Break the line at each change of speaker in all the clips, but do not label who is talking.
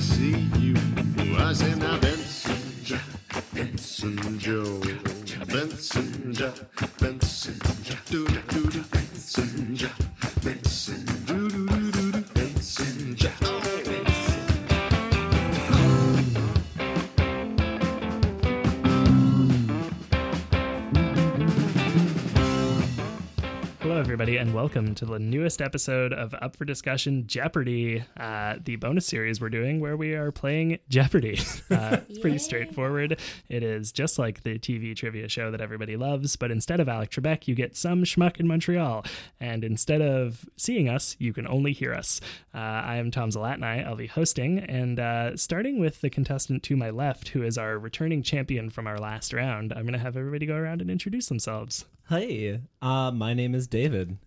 see you was in a Benson Jack, Benson Joe, Benson Jack, Benson Jack, do do do do, Benson Jack, Benson do do do do do, Benson Jack.
Hello, everybody, and welcome to the newest episode of Up for Discussion Jeopardy, uh, the bonus series we're doing where we are playing Jeopardy. Uh, it's pretty straightforward. It is just like the TV trivia show that everybody loves, but instead of Alec Trebek, you get some schmuck in Montreal. And instead of seeing us, you can only hear us. Uh, I am Tom Zalatni. I'll be hosting, and uh, starting with the contestant to my left, who is our returning champion from our last round, I'm going to have everybody go around and introduce themselves.
Hey, uh, my name is David.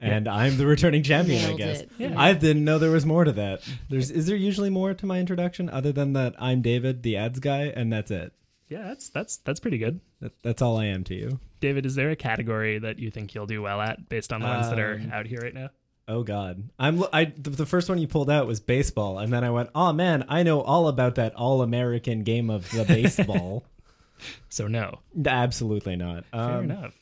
And I'm the returning champion, I
Nailed
guess.
it. Yeah.
I didn't know there was more to that. There's is there usually more to my introduction other than that I'm David, the ads guy, and that's it.
Yeah, that's that's that's pretty good.
That, that's all I am to you.
David, is there a category that you think you'll do well at based on the ones that
Um,
are out here right now?
Oh God, I'm lo- I the, the first one you pulled out was baseball, and then I went, oh man, I know all about that all American game of the baseball.
So no,
Absolutely not.
fair
Um,
enough.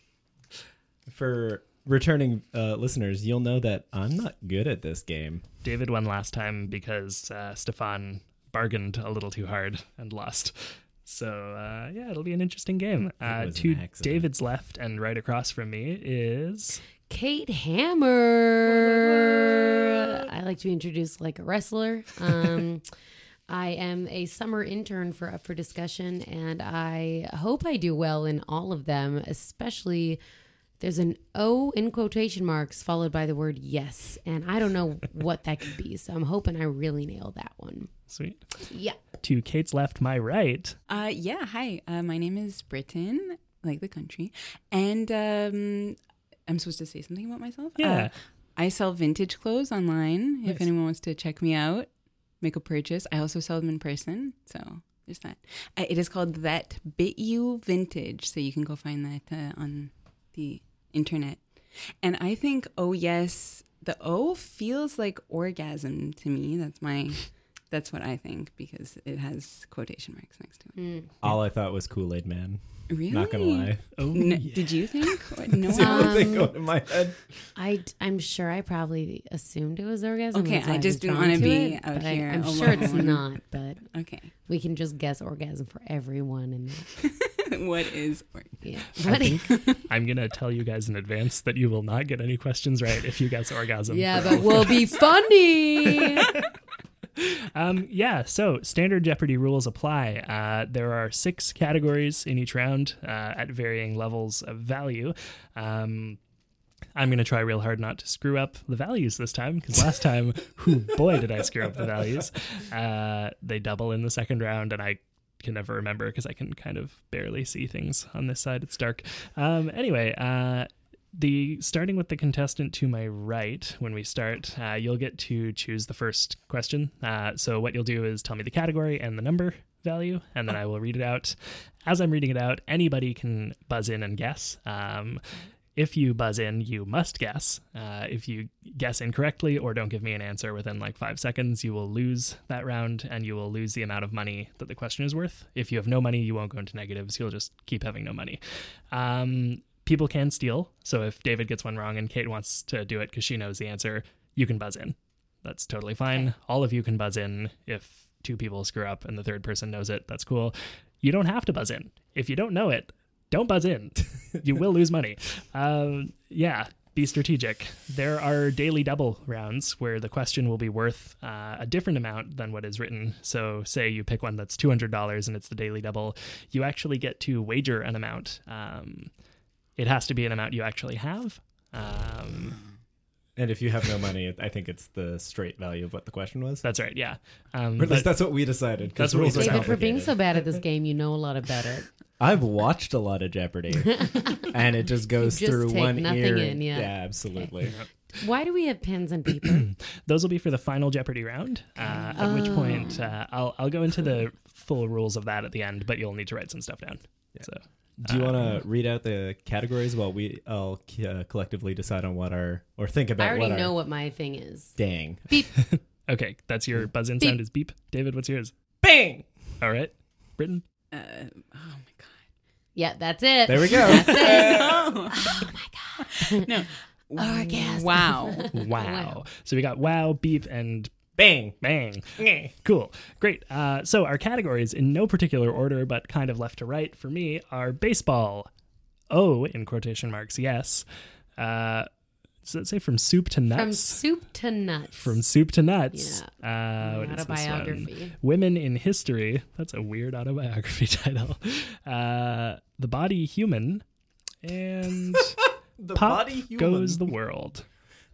For returning uh, listeners, you'll know that I'm not good at this game.
David won last time because uh, Stefan bargained a little too hard and lost. So uh, yeah, it'll be an interesting game. Uh,
was an
to
accident.
David's left and right across from me is
Kate Hammer. I like to be introduced like a wrestler. Um, I am a summer intern for Up for Discussion, and I hope I do well in all of them, especially. There's an O in quotation marks followed by the word yes. And I don't know what that could be. So I'm hoping I really nail that one.
sweet.
Yeah.
To Kate's left, my right.
Uh, yeah, hi. Uh, my name is Britain, like the country, and um, I'm supposed to say something about myself.
Yeah.
Uh, I sell vintage clothes online. If anyone wants to check me out, make a purchase. I also sell them in person, so there's that. Uh, it is called That Bit You Vintage, so you can go find that uh, on the internet. And I think, oh yes, the O feels like orgasm to me. That's my. That's what I think because it has quotation marks next to it.
All I thought was Kool Aid Man.
Really?
Not gonna lie.
Oh,
N-
yeah.
Did you think? What? No.
the
I-
Um,
only thing going in my head.
I, am sure I probably assumed it was orgasm.
Okay,
That's why
I just
was
didn't
drawn
wanna be
it,
out
but I-
here
I'm sure it's
alone.
not, but
okay.
We can just guess orgasm for everyone, and
what is or-
yeah,
I think I'm gonna tell you guys in advance that you will not get any questions right if you guess orgasm.
yeah,
for
but we'll be funny.
Um, yeah, so standard Jeopardy rules apply. Uh, there are six categories in each round uh, at varying levels of value. Um, I'm going to try real hard not to screw up the values this time because last time, whoo boy, did I screw up the values. Uh, they double in the second round, and I can never remember because I can kind of barely see things on this side. It's dark. Um, anyway, uh, the starting with the contestant to my right when we start uh, you'll get to choose the first question uh, so what you'll do is tell me the category and the number value and then i will read it out as i'm reading it out anybody can buzz in and guess um, if you buzz in you must guess uh, if you guess incorrectly or don't give me an answer within like five seconds you will lose that round and you will lose the amount of money that the question is worth if you have no money you won't go into negatives you'll just keep having no money um, people can steal. So if David gets one wrong and Kate wants to do it because she knows the answer, you can buzz in. That's totally fine. All of you can buzz in. If two people screw up and the third person knows it, that's cool. You don't have to buzz in. If you don't know it, don't buzz in. you will lose money. Um, yeah, be strategic. There are daily double rounds where the question will be worth uh, a different amount than what is written. So, say you pick one that's $200 and it's the daily double, you actually get to wager an amount. Um, it has to be an amount you actually have. Um,
And if you have no money, I think it's the straight value of what the question was.
that's right. Yeah. Um,
or at least
but
that's what we decided. 'cause
That's what we
rules are
decided.
David, for being
complicated.
so bad at this game, you know a lot about it.
I've watched a lot of Jeopardy, and it just goes
You just
through
take
one
nothing
ear.
in, yeah.
absolutely.
Why do we have pens and paper?
those will be for the final Jeopardy round, uh, at which point uh, I'll, I'll go into the full rules of that at the end, but you'll need to write some stuff down. So,
Do you want to read out the categories while we all uh, collectively decide on what our or think
I
about?
already
what our,
know what my thing is.
Dang.
Beep.
Okay, that's your buzz in
Beep.
sound is beep. David, what's yours?
Bang!
All right. Britain.
Uh, oh my god.
Yeah, that's it.
There we go.
No. Oh my god. No. Oh,
Orgasm.
Wow.
Wow. So we got wow, beep, and
Bang!
bang.
Nyeh.
Cool. Great. Uh, so our categories, in no particular order, but kind of left to right for me, are baseball. Oh, in quotation marks, yes. Uh, does that say from soup to
From
nuts?
soup to nuts.
From, soup to nuts. Uh, what
Not
is
a
this one?
biography.
Women in History. That's a weird autobiography title. Uh, the Body Human. And
The
Pop
body human.
Goes the World.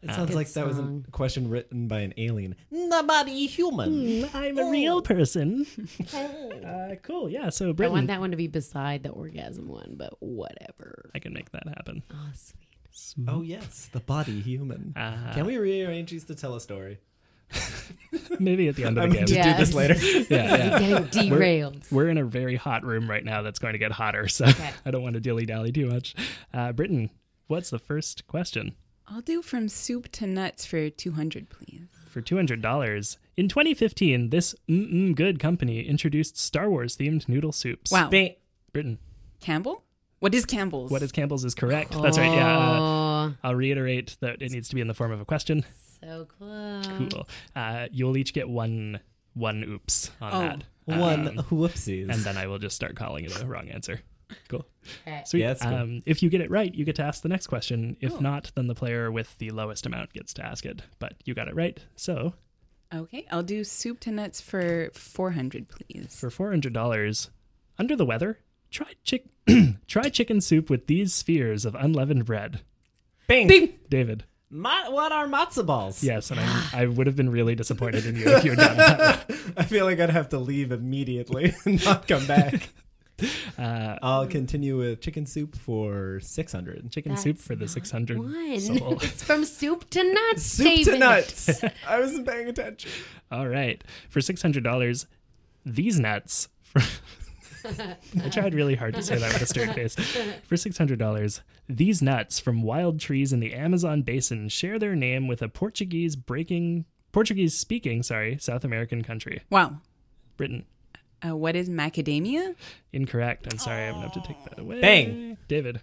It sounds like that was a
song.
question written by an alien. The body
Hmm.
human.
I'm a real person. uh, cool. Yeah. So,
I want
Britain.
that one to be beside the orgasm one, but whatever.
I can make that happen.
Oh, sweet.
Oh yes, the body human. Can we rearrange these to tell a story?
Maybe at the end of
I
the
meant to
game.
Yeah.
do this later.
Yeah, yeah.
Getting derailed.
We're in a very hot room right now that's going to get hotter, so I don't want to dilly dally too much. Uh, Britain, what's the first question?
I'll do from soup to nuts for 200, please.
For $200. In 2015, this mm-mm good company introduced Star Wars themed noodle soups.
Wow.
Bang.
Britain,
Campbell? What is Campbell's?
what is Campbell's is correct. That's right. Yeah. Uh,
Oh,
I'll reiterate that it needs to be in the form of a question.
so close.
Cool.
Um,
Uh, you'll each get one one oops on
Oh.
that.
One
Um,
whoopsies.
and then I will just start calling it the wrong answer. Cool.
Alright.
Sweet.
Yeah, that's cool.
Um, if you get it right, you get to ask the next question. If not, then the player with the lowest amount gets to ask it. But you got it right. So
Okay, I'll do soup to nuts for 400, please.
for four hundred dollars, under the weather, try chick try chicken soup with these spheres of unleavened bread.
Bing.
David.
Ma- what are matzo balls?
Yes, and I'm, I would have been really disappointed in you if you had done that.
I feel like I'd have to leave immediately and not come back. I'll continue with chicken soup for six hundred.
Chicken
That's
soup for the
not
six hundred
One.
soul.
It's from soup to nuts.
Soup to
David.
nuts. I wasn't paying attention.
All right. For $600, these nuts. For I tried really hard to say that with a straight face. For $600, these nuts from wild trees in the Amazon basin share their name with a Portuguese breaking Portuguese speaking, sorry, South American country,
wow.
Britain.
Uh, what is macadamia?
Incorrect. I'm sorry. I'm going to have to take that away.
Bang.
David.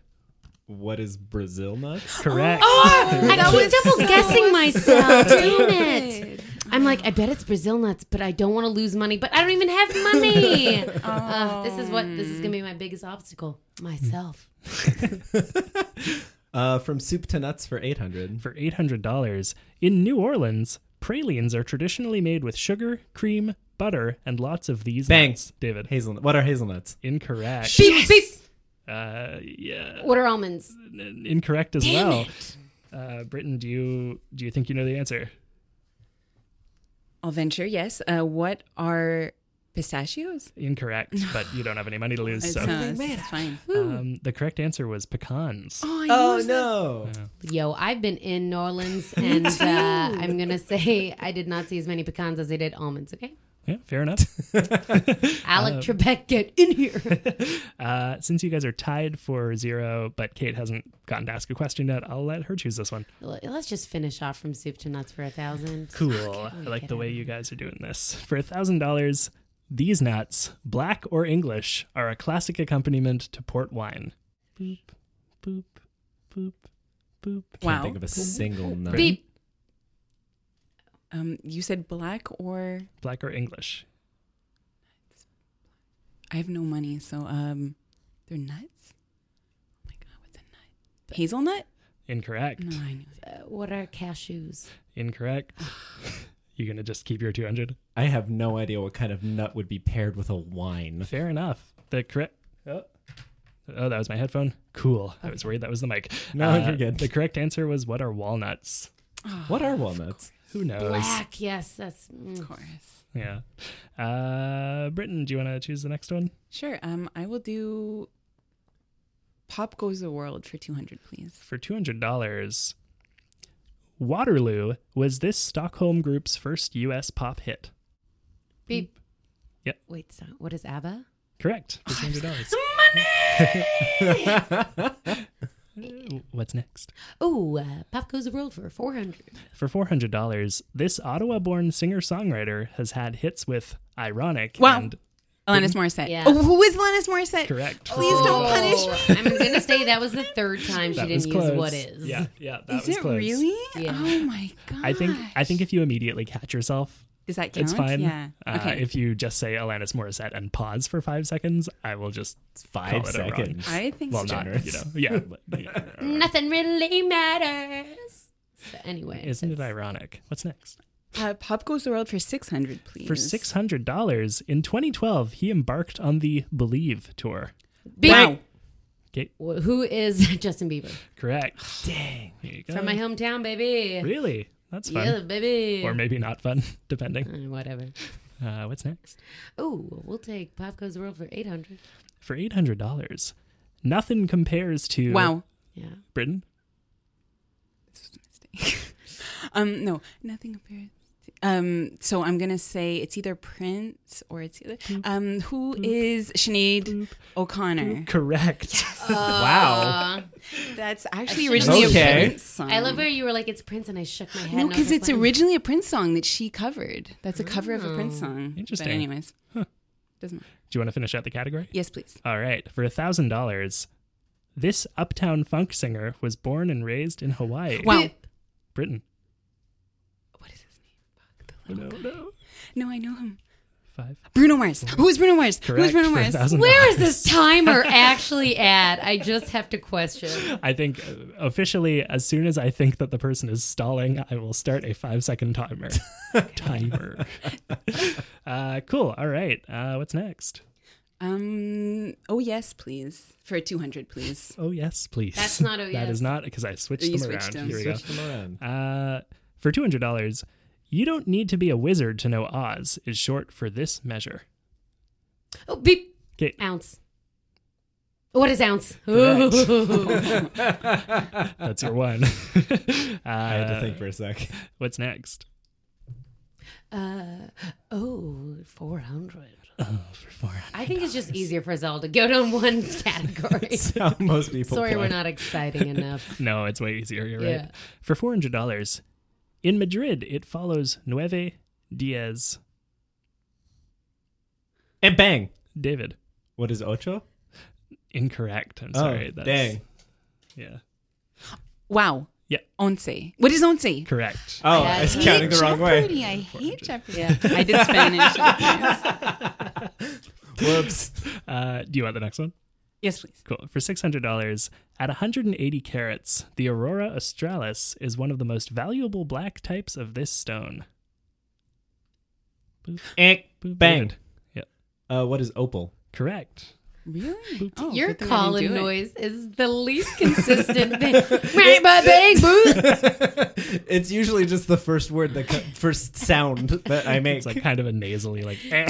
What is Brazil nuts?
Correct.
Oh. I keep double guessing myself. Damn it. I'm like, I bet it's Brazil nuts, but I don't want to lose money, but I don't even have money. Ugh, this is what this is gonna be my biggest obstacle. Myself.
Uh, from soup to nuts for eight hundred.
For $800, in New Orleans, pralines are traditionally made with sugar, cream, butter, and lots of these
Bang.
nuts. David.
Hazelnut. What are hazelnuts?
Incorrect.
Beep, beep.
Uh, yeah,
What are almonds?
n- incorrect as
Damn
well.
it.
Uh, Britain, do you do you think you know the answer?
I'll venture, yes. Uh, what are pistachios?
Incorrect, but you don't have any money to lose.
It's,
So,
uh, it's fine.
um, the correct answer was pecans.
Oh no!
Yo, I've been in New Orleans, and uh, I'm gonna say I did not see as many pecans as I did almonds. Okay,
Yeah, fair enough.
Alec Trebek, get in here.
Uh, since you guys are tied for zero, but Kate hasn't gotten to ask a question yet, I'll let her choose this one.
L- Let's just finish off from soup to nuts for a thousand.
Cool. I like the way you guys are doing this. For a thousand dollars, these nuts, black or English, are a classic accompaniment to port wine. Boop, boop, boop, boop.
Can't
Wow.
think of a single nut.
Beep.
Um, you said black or
Black or English?
I have no money, so um, they're nuts. Oh my god, what's a nut? Hazelnut?
Incorrect.
No, I knew that.
Uh, what are cashews?
Incorrect. You're gonna just keep your 200.
I have no idea what kind of nut would be paired with a wine.
Fair enough. The correct. Oh. oh, that was my headphone. Cool. I was worried that was the mic. Uh,
No, you're good.
The correct answer was what are walnuts?
What are walnuts?
Who knows?
Black. Yes, that's. mm.
Of course.
Yeah. Uh, Britain, do you want to choose the next one?
Sure. Um, I will do Pop Goes the World for 200, please.
For $200, Waterloo was this Stockholm group's first U.S. pop hit.
Beep.
Yep.
Wait, stop. What is ABBA?
Correct. For $200. Uh, What's next?
Oh, uh, Pop Goes the World for 400.
For $400, this Ottawa born singer songwriter has had hits with Ironic
Wow.
and
Alanis Morissette.
Yeah.
Oh, who is Alanis Morissette?
Correct.
Please don't punish me.
I'm going to say that was the third time she
That
didn't
was
use
close.
what is.
Yeah, yeah, that
Is
was
it
close.
really?
Yeah.
Oh my god.
I think I think if you immediately catch yourself,
Does that count?
it's fine.
Yeah.
Uh,
okay.
If you just say Alanis Morissette and pause for five seconds, I will just
Five
call it a wrong.
seconds.
I think
Well,
so.
not you know, yeah. But, yeah.
Nothing really matters. So anyway,
Isn't it
that's-
ironic? What's next?
Uh, Pop goes the world for six hundred, please.
For six hundred dollars in 2012, he embarked on the Believe tour.
Bieber.
Wow.
Okay,
Wh- Who is Justin Bieber?
correct. Dang, there you go.
From my hometown, baby.
Really, Uh, that's fun,
Yeah, baby.
or maybe not fun, depending.
Uh, whatever.
Mm.
Uh, what's next?
Oh, we'll take Pop Goes the World for 800.
For eight hundred dollars, nothing compares to
Wow.
Yeah.
Britain.
This was a mistake. um, no, nothing appears. Um, so I'm gonna say it's either Prince or it's either um, who is Sinead O'Connor?
Correct.
wow.
Uh,
That's actually
Sinead
originally
Okay.
a Prince song.
I love where you were like, it's Prince, and I shook my head.
Um, No,
and I was
because
like,
it's
what?
originally a Prince song that she covered. That's a cover of a Prince song.
Interesting.
But anyways, doesn't matter.
Do you want to finish out the category?
Yes, please.
All right. For thousand dollars, this uptown funk singer was born and raised in Hawaii,
Wow.
Britain.
What is his name? Fuck the
No,
little guy.
no.
No, I know him.
Five.
Bruno Mars. Who is Bruno Mars? Who
Correct.
is Bruno
for
Mars?
$1,000.
Where is this timer actually at? I just have to question.
I think uh, officially, as soon as I think that the person is stalling, I will start a five second timer. timer. uh, cool. All right. Uh, what's next?
Um. Oh yes, please. For two hundred, please.
Oh yes, please.
That's not a
That
yes.
is not because I switched
You
them
switched
around.
them.
Here we go.
Switch them around.
Uh, for two hundred dollars, you don't need to be a wizard to know Oz is short for this measure.
Oh, beep.
Okay.
Ounce. What is ounce?
Correct.
Ooh.
That's your one.
I had to
uh,
think for a sec.
what's next?
uh, oh, 400.
Oh, for four.
I think it's just easier for us all to go down one category.
How most people.
Sorry,
play.
we're not exciting enough.
No, it's way easier. You're
Yeah.
right. For four hundred dollars in Madrid, it follows Nueve Diaz
And bang.
David.
What is ocho?
Incorrect. I'm sorry.
oh, dang.
Yeah.
Wow.
Yeah.
Once. What is once?
Correct.
Oh,
I
I was
hate
counting the wrong way.
I hate Jeopardy.
Yeah.
I did Spanish.
Whoops.
Uh, do you want the next one?
yes, please.
Cool. For six hundred dollars, at one hundred and eighty carats, the Aurora Australis is one of the most valuable black types of this stone. Boop,
Eck.
boop,
Bang.
David. Yep.
Uh, what is opal?
Correct.
Really? Oh,
Your
good thing I didn't
calling
do it.
noise is the least consistent thing. Right, but big boo.
it's usually just the first word, the co- first sound that I make.
It's like kind of a nasally, like eh.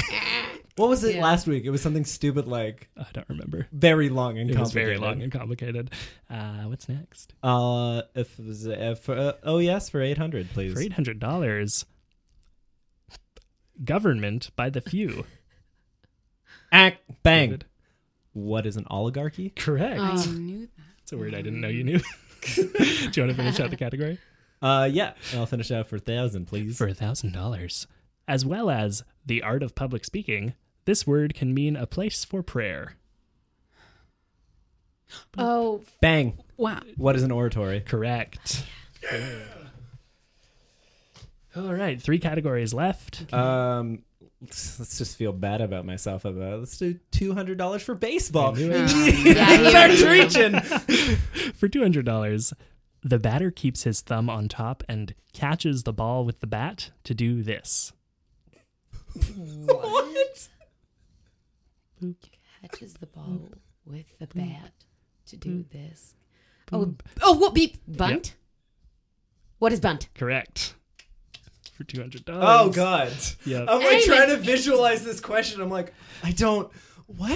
what was it
Yeah.
last week? It was something stupid, like
I don't remember.
very long and
It was
complicated.
very long and complicated. Uh, what's next?
Uh, if it was uh, for, uh, oh yes, for eight hundred, please.
For eight hundred dollars, government by the few.
Ack, bang.
David.
What is an oligarchy?
Correct.
Oh, I knew that.
It's a word I didn't know you knew. Do you want to finish out the category?
Uh, yeah. I'll finish out for thousand, please.
For $1,000. As well as the art of public speaking, this word can mean a place for prayer.
Oh,
bang.
Wow.
What is an oratory?
Correct. All right, three categories left.
Um, let's, let's just feel bad about myself about. it. Let's do two hundred dollars for baseball.
yeah,
It's
yeah.
already reaching.
For $200, the batter keeps his thumb on top and catches the ball with the bat to do this.
What? Catches the ball
Mm.
with the bat to do this. Oh,
Mm.
oh, what beep? Bunt? What is bunt?
Correct. For $200.
Oh god.
Yep.
I'm like
Hey,
trying to visualize this question. I'm like, I don't. What?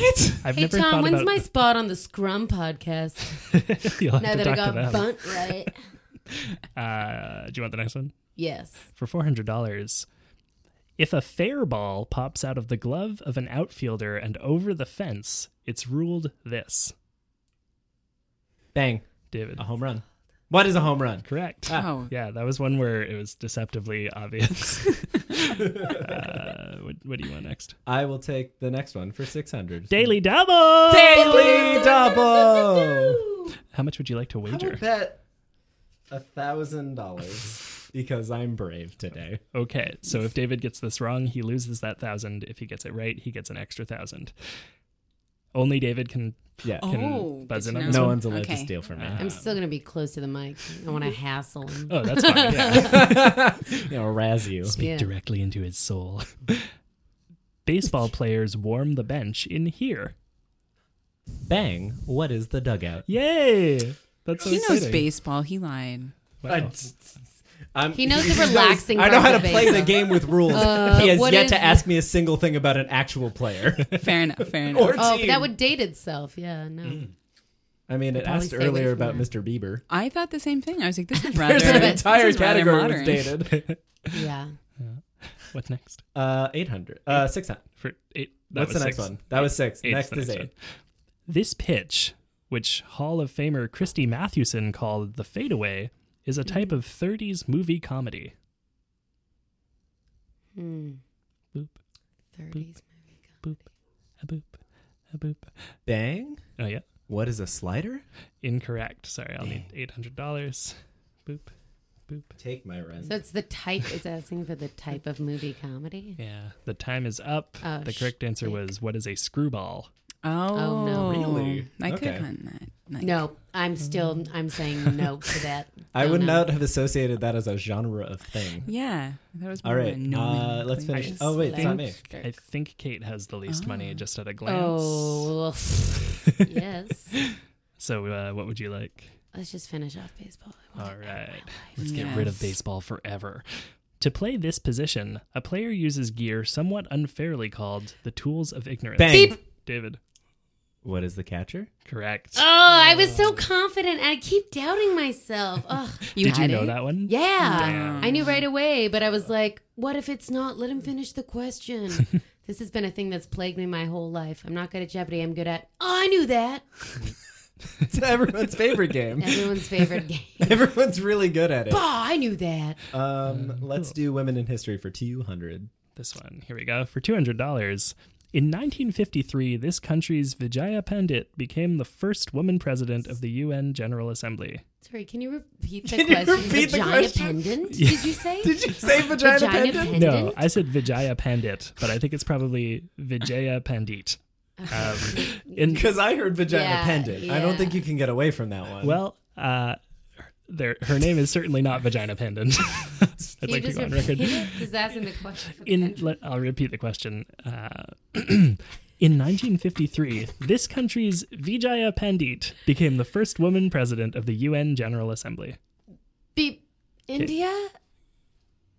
I've
hey,
never
Tom,
thought
when's
about
my spot on the Scrum podcast?
You'll have
Now
to
that I
talk to
got
them.
bunt right.
Uh, do you want the next one?
Yes.
for four hundred dollars. If a fair ball pops out of the glove of an outfielder and over the fence, it's ruled this.
Bang.
David.
A home run. What is a home run?
Correct.
Oh.
Yeah, that was one where it was deceptively obvious. uh, what, what do you want next?
I will take the next one for 600.
Daily double. Daily.
double.
How much would you like to
I
wager?
will bet a thousand dollars because I'm brave today.
Okay, so if David gets this wrong, he loses that thousand. If he gets it right, he gets an extra thousand. Only David can
Yeah.
Oh,
can
good
buzz
to
in on
know.
this
No
one?
one's allowed to
Okay.
steal from me.
I'm still gonna be close to the mic. I want to hassle him.
Um, Oh, that's fine. Yeah.
you know, razz you.
Speak
Yeah.
directly into his soul. Baseball players warm the bench in here.
Bang. What is the dugout?
Yay! That's so
He knows
exciting.
baseball. He lied.
I just- I'm-
He knows the relaxing
I know
parts
how to
of
play the
baseball. Uh,
game with rules. he has
what
yet
is
to
the-
ask me a single thing about an actual player
Fair enough. Fair enough.
or
Oh, but
team.
that would date itself. Yeah, no.
Mm.
I mean, it
probably
asked
stay away
earlier
from
about
that.
Mr. Bieber.
I thought the same thing. I was like, this is rather
There's an entire
this is rather
category
modern.
that's dated.
Yeah.
What's next?
Uh, 800. Uh, 600.
For eight. That
That's the
was
next
six.
one. That was six.
Eight's
Next
the
is
next
eight.
This pitch, which Hall of Famer Christy Mathewson called the fadeaway, is a type of 30s movie comedy.
Hmm.
Boop,
30s movie.
boop, a boop, a boop.
Bang.
Oh, yeah.
What is a slider?
Incorrect. Sorry, I'll need $800. Boop, boop.
Take my rent.
So it's the type. It's asking for the type of movie comedy.
Yeah, the time is up.
Oh,
the correct answer
shit.
was what is a screwball?
Oh,
Oh, no.
Really?
I could
Okay.
have gotten that. Like,
No, I'm still. I'm saying no to that.
I
No,
would
no.
not have associated that as a genre of thing.
Yeah, that was.
All
more of
right,
a no
uh, let's
nomenclature.
finish. Oh wait, it's not me.
I think Kate has the least money just at a glance.
Oh yes.
So, uh, what would you like?
Let's just finish off baseball. I want
All
it back in my
right.
life.
Let's get rid of
Yes.
baseball forever. To play this position, a player uses gear somewhat unfairly called the tools of ignorance.
Bang. Beep.
David,
What is the catcher?
correct.
Oh, I was so confident, and I keep doubting myself. Ugh.
You
Did you
had
know
it?
that one?
Yeah.
Damn.
I knew right away, but I was like, what if it's not? Let him finish the question. this has been a thing that's plagued me my whole life. I'm not good at Jeopardy. I'm good at, oh, I knew that.
It's everyone's favorite game.
Everyone's favorite game.
Everyone's really good at it.
Oh, I knew that.
Um, let's do women in history for two hundred.
This one. Here we go. For $200. In 1953, this country's Vijaya Pandit became the first woman president of the UN General Assembly.
Sorry, can you repeat the
Can you
question?
repeat the
vagina
question?
pendant, did you say?
Did you say vagina,
vagina
pendant?
pendant?
No, I said Vijaya Pandit, but I think it's probably Vijaya Pandit. Um, in,
Because I heard vagina
Yeah,
pendant. I don't
yeah.
think you can get away from that one.
Well, uh, there, her name is certainly not Vagina Pendant. I'd
Can
like to
you just
go on
repeat
record.
it? Because asking the question.
In, let, I'll repeat the question. Uh, in 1953, this country's Vijaya Pandit became the first woman president of the UN General Assembly.
Beep. India?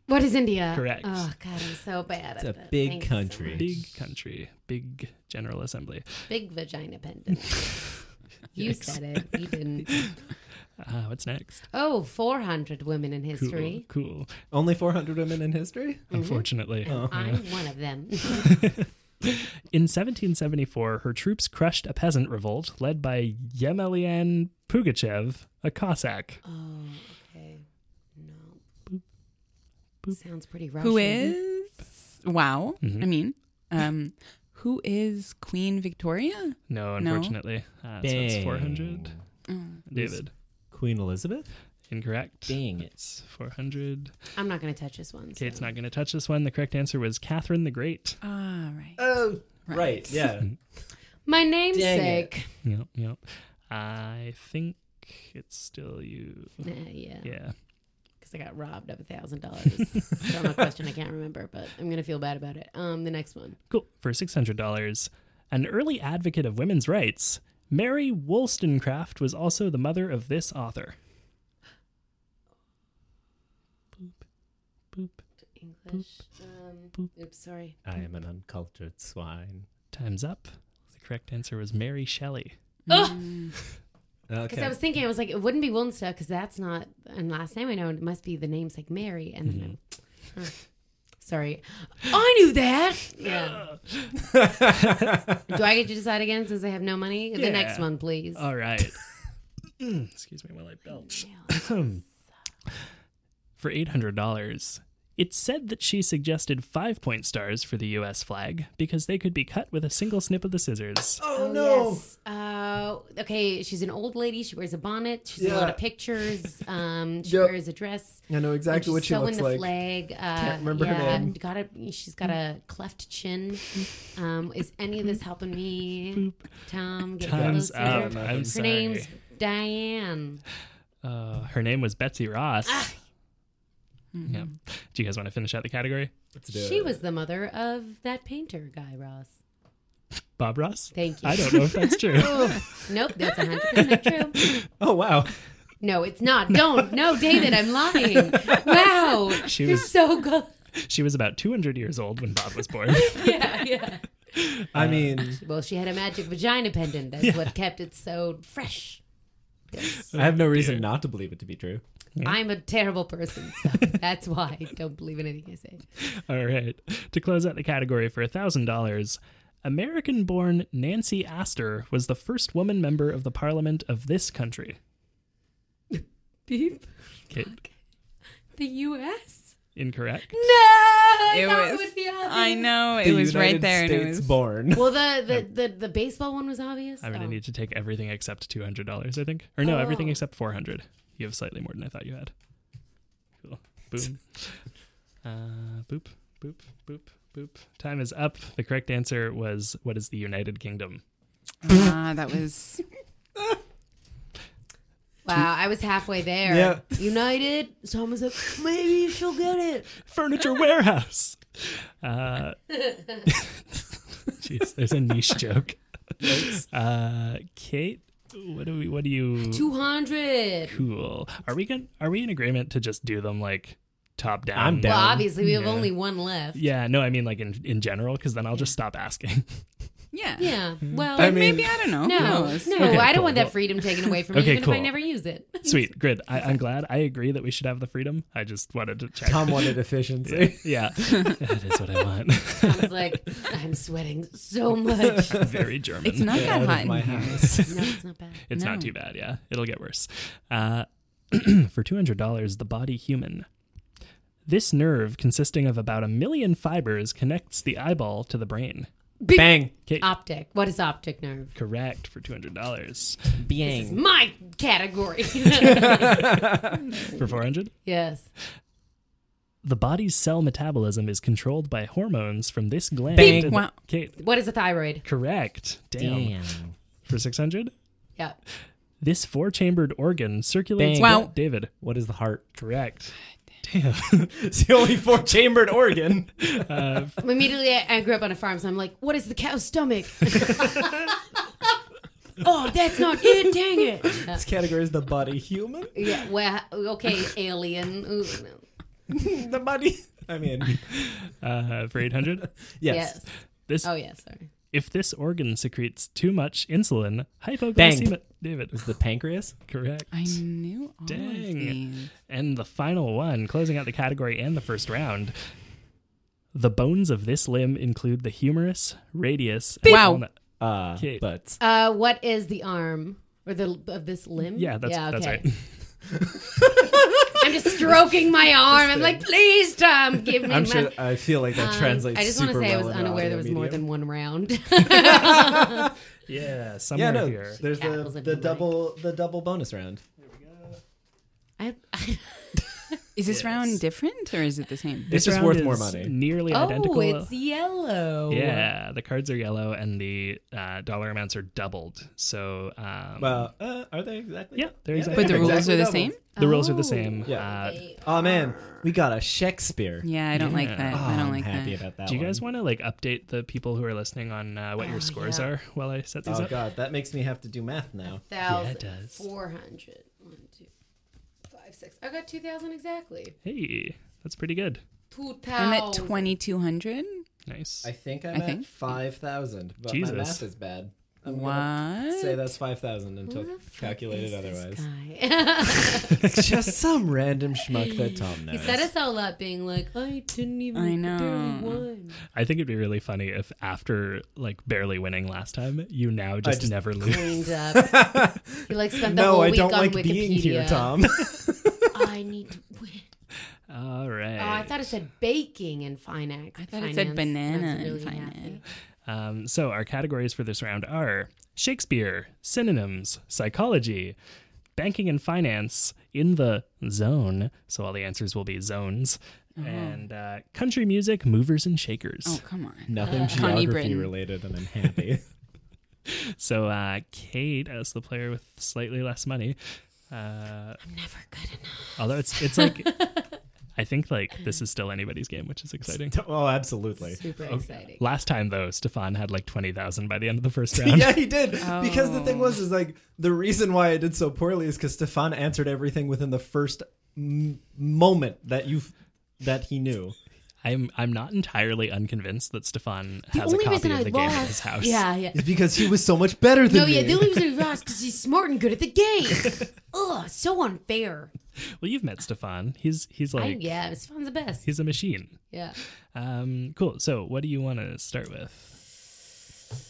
What is India?
Correct.
Oh, God, I'm so bad
it's
at
a
that.
big
Thank you so
country.
much.
Big country, big General Assembly.
Big vagina pendant. you said it. You didn't.
Uh, what's next?
Oh, 400 women in
Cool,
history. Mm-hmm.
cool.
Only four hundred women in history.
Unfortunately.
I'm one of them.
In 1774, her troops crushed a peasant revolt led by Yemelyan Pugachev, a Cossack.
oh, okay. No. Sounds pretty Russian.
Who is? Wow.
Mm-hmm.
I mean, um, who is Queen Victoria?
No,
No.
unfortunately. Uh, so it's 400. David.
Queen Elizabeth.
Incorrect.
Dang it.
It's 400.
I'm not going to touch this one. so-
Kate's not going to touch this one. The correct answer was Catherine the Great.
Ah, right.
Oh, right. Yeah.
My
Dang
namesake.
Yep, yep. I think it's still you.
Nah, yeah,
Yeah.
because I got robbed of a thousand dollars from a question I can't remember, but I'm gonna feel bad about it. Um, the next one.
Cool. For $600, an early advocate of women's rights, Mary Wollstonecraft was also the mother of this author. Boop, boop.
English. Um,
Boop.
oops, sorry.
I am an uncultured swine.
Time's up. The correct answer was Mary Shelley.
Because
Okay.
I was thinking, I was like, it wouldn't be Wildenstad because that's not and last name I know. It must be the names like Mary. And then I'm, huh. sorry, I knew that. Yeah. Do I get to decide again since I have no money? The
Yeah. Oh,
next one, please.
All right. Excuse me while I belch. for $800. It's said that she suggested five point stars for the US flag because they could be cut with a single snip of the scissors.
Oh, no. Yes. Uh, okay, she's an old lady. She wears a bonnet. She's in a lot
Yeah.
of pictures. Um, she
Yep.
wears a dress.
I know exactly
she's
what she
sewing
looks
the
like.
Flag. Uh,
Can't remember her
yeah,
name.
Got a, she's got a cleft chin. Um, is any of this helping me, Tom? Get
Time's
closer? Her
up. I'm sorry.
name's Diane.
Uh, her name was Betsy Ross.
Ah.
Yeah. Do you guys want to finish out the category?
She was the mother of that painter guy, Ross.
Bob Ross?
Thank you.
I don't know if that's true.
Nope, that's 100% true.
Oh wow.
No, it's not. Don't. No, David, I'm lying. Wow.
She
You're
was-
so good.
she was about 200 years old when Bob was born.
Yeah, yeah.
I mean,
Well, she had a magic vagina pendant. That's what kept it so fresh.
I have no reason not to believe it to be true.
I'm a terrible person, so that's why I don't believe in anything I say.
All right. To close out the category for $1,000, American born Nancy Astor was the first woman member of the parliament of this country.
Beep.
Kate,
The U.S.
incorrect.
No, I
It
thought
was-
it would be obvious.
I know it
The
was right
United
there.
States
and it was,
born.
Well, the the, the the baseball one was obvious.
I'm going
Oh.
to need to take everything except $200, I think. Or no, everything except 400 You have slightly more than I thought you had. Cool. Boom. uh, boop, boop, boop, boop. Time is up. The correct answer was what is the United Kingdom?
Ah, that was
Wow, I was halfway there.
Yeah.
United. Someone's like, maybe she'll get it.
furniture warehouse. Uh, jeez, there's a niche joke. Uh, Kate, what do we? What do you?
Two hundred.
Cool. Are we going? Are we in agreement to just do them like top down?
I'm
Well,
down.
obviously we have only one left.
Yeah. No, I mean like in in general, because then I'll just stop asking.
yeah.
Yeah. Well,
I mean-
Maybe I don't know. Who
no,
knows?
no,
Okay,
I don't
cool.
want
Well-
that freedom taken away from me,
Okay,
even if I
cool.
never use it.
Sweet. Good. I, I'm glad. I agree that we should have the freedom. I just wanted to check.
Tom wanted efficiency.
yeah, that is what I want.
I was like, I'm sweating so much. No,
Very German.
It's not
Out
that
of
hot in
my
here.
house.
it's not bad.
It's not
No.
too bad. Yeah, it'll get worse. Uh, for two hundred dollars, the body human. This nerve, consisting of about a million fibers, connects the eyeball to the brain.
Bang.
Kate,
Optic. What is optic nerve?
correct for two hundred dollars.
It's
Bang.
my category.
For four hundred,
yes.
the body's cell metabolism is controlled by hormones from this gland.
Beep.
to the-
Wow.
Kate,
What is a thyroid?
correct. Damn. For six hundred,
Yeah.
this four-chambered organ circulates.
Bang.
Wow.
blood- David,
What is the heart?
correct.
It's the only four-chambered organ.
Immediately, I, I grew up on a farm, so I'm like, what is the cow's stomach? oh, that's not it. Dang it.
This category is the body human.
Yeah. Well, okay, alien. Ooh, no.
The body. I mean,
Uh, for eight hundred,
yes.
yes.
this
Oh, yeah. Sorry.
If this organ secretes too much insulin, hypoglycemia. David was
The pancreas.
correct.
I knew all
Dang.
of these.
And the final one, closing out the category and the first round. The bones of this limb include the humerus, radius, and
Wow.
ulna-
Uh,
Kate.
but
Uh, what is the arm or the of this limb?
Yeah, that's that's right.
I'm just stroking my arm. I'm like, please, Tom, give me
I'm
my.
sure. I feel like that
Um,
translates.
I just
want
wanna
to
say I was unaware there was more than one round.
Yeah,
Yeah,
somewhere
no.
here.
There's
Cattles
the,
and
the
demonic.
double the double bonus round.
I, I,
Is this round different or is it the same?
It's
This
just
round
worth more
is
money.
Nearly
oh,
identical.
it's yellow.
yeah, the cards are yellow and the uh, dollar amounts are doubled. So, um,
Well, uh, are they exactly?
yeah, they're exactly.
But the rules
Exactly
are the
double.
same.
the rules are
Oh.
the same.
Yeah.
Uh,
They
Oh man, we got a Shakespeare.
Yeah, I don't like that.
Oh,
I don't
I'm
like
happy
that.
about that.
do you
one.
guys want to like update the people who are listening on uh, what your scores
Oh, yeah.
are while I set these
Oh
up?
god, that makes me have to do math now.
thousand,
Yeah, it does.
400. One, two, five, six. I got 2,000 exactly.
Hey, that's pretty good.
2,000.
I'm at twenty two hundred.
Nice.
I think I'm
I
at
think.
five thousand, but
Jesus.
my math is bad. I'm
What?
gonna Say that's five thousand until
Who the fuck
calculated
is this
otherwise.
guy?
It's just some random schmuck that Tom
he
knows.
set us all up being like, I didn't even
I know.
barely won.
I think it'd be really funny if after like barely winning last time, you now just,
just
never lose.
Cleaned up. He like spent the
no,
whole
I
week
don't
on
like
Wikipedia.
being here, Tom.
I need to win.
All right.
Oh, I thought it said baking in finance.
I thought it said banana in finance.
um, so our categories for this round are Shakespeare, synonyms, psychology, banking and finance, in the zone. So all the answers will be zones. And uh, country music, movers and shakers.
Oh, come on.
Nothing geography
Connie Britton.
related, and I'm happy.
So uh, Kate, as the player with slightly less money, uh,
I'm never good enough.
although it's it's like I think like this is still anybody's game, which is exciting.
oh, absolutely.
Super
Oh.
exciting.
Last time though, Stefan had like twenty thousand by the end of the first round.
yeah, he did. Because the thing
Oh.
was, is like the reason why I did so poorly is because Stefan answered everything within the first m- moment that you that he knew.
I'm I'm not entirely unconvinced that Stefan
The
has a
only
copy
reason
of
I
the game in his
lost.
house.
Yeah, yeah.
It's because he was so much better than
No,
me.
yeah, the only reason we lost because he's smart and good at the game. Ugh, so unfair.
Well, you've met Stefan. He's he's like
I, yeah, Stefan's the best.
he's a machine.
Yeah.
Um, cool. So, what do you want to start with?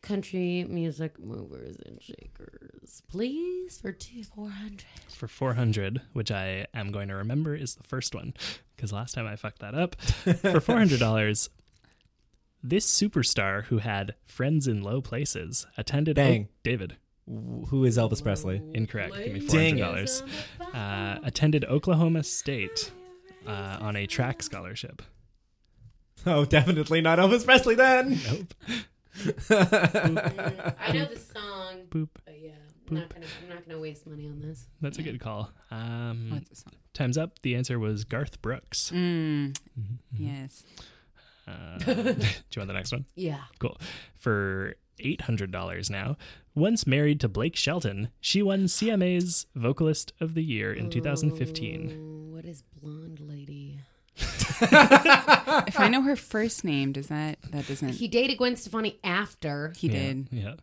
Country music movers and shakers, please, for two four hundred.
For 400, which I am going to remember is the first one, because last time I fucked that up. For $400, this superstar who had friends in low places attended.
Bang.
Oak- David.
Who is Elvis Presley?
Incorrect. Give me
Dang it.
$400. Uh, attended Oklahoma State uh, on a track scholarship.
Oh, definitely not Elvis Presley then.
Nope.
I know the song,
Boop.
but yeah, I'm not gonna, I'm not gonna waste money on this.
That's a good call.
Mm-hmm.
Um,
What's the song?
time's up. The answer was Garth Brooks.
Mm-hmm,
Mm. Yes.
Uh, do you want the next one?
Yeah,
Cool. For $800 now. Once married to Blake Shelton, she won CMA's Vocalist of the Year in 2015.
Ooh, what is blonde lady?
If I know her first name, does that that doesn't
He
he,
dated Gwen Stefani after.
did?
Yeah, yeah.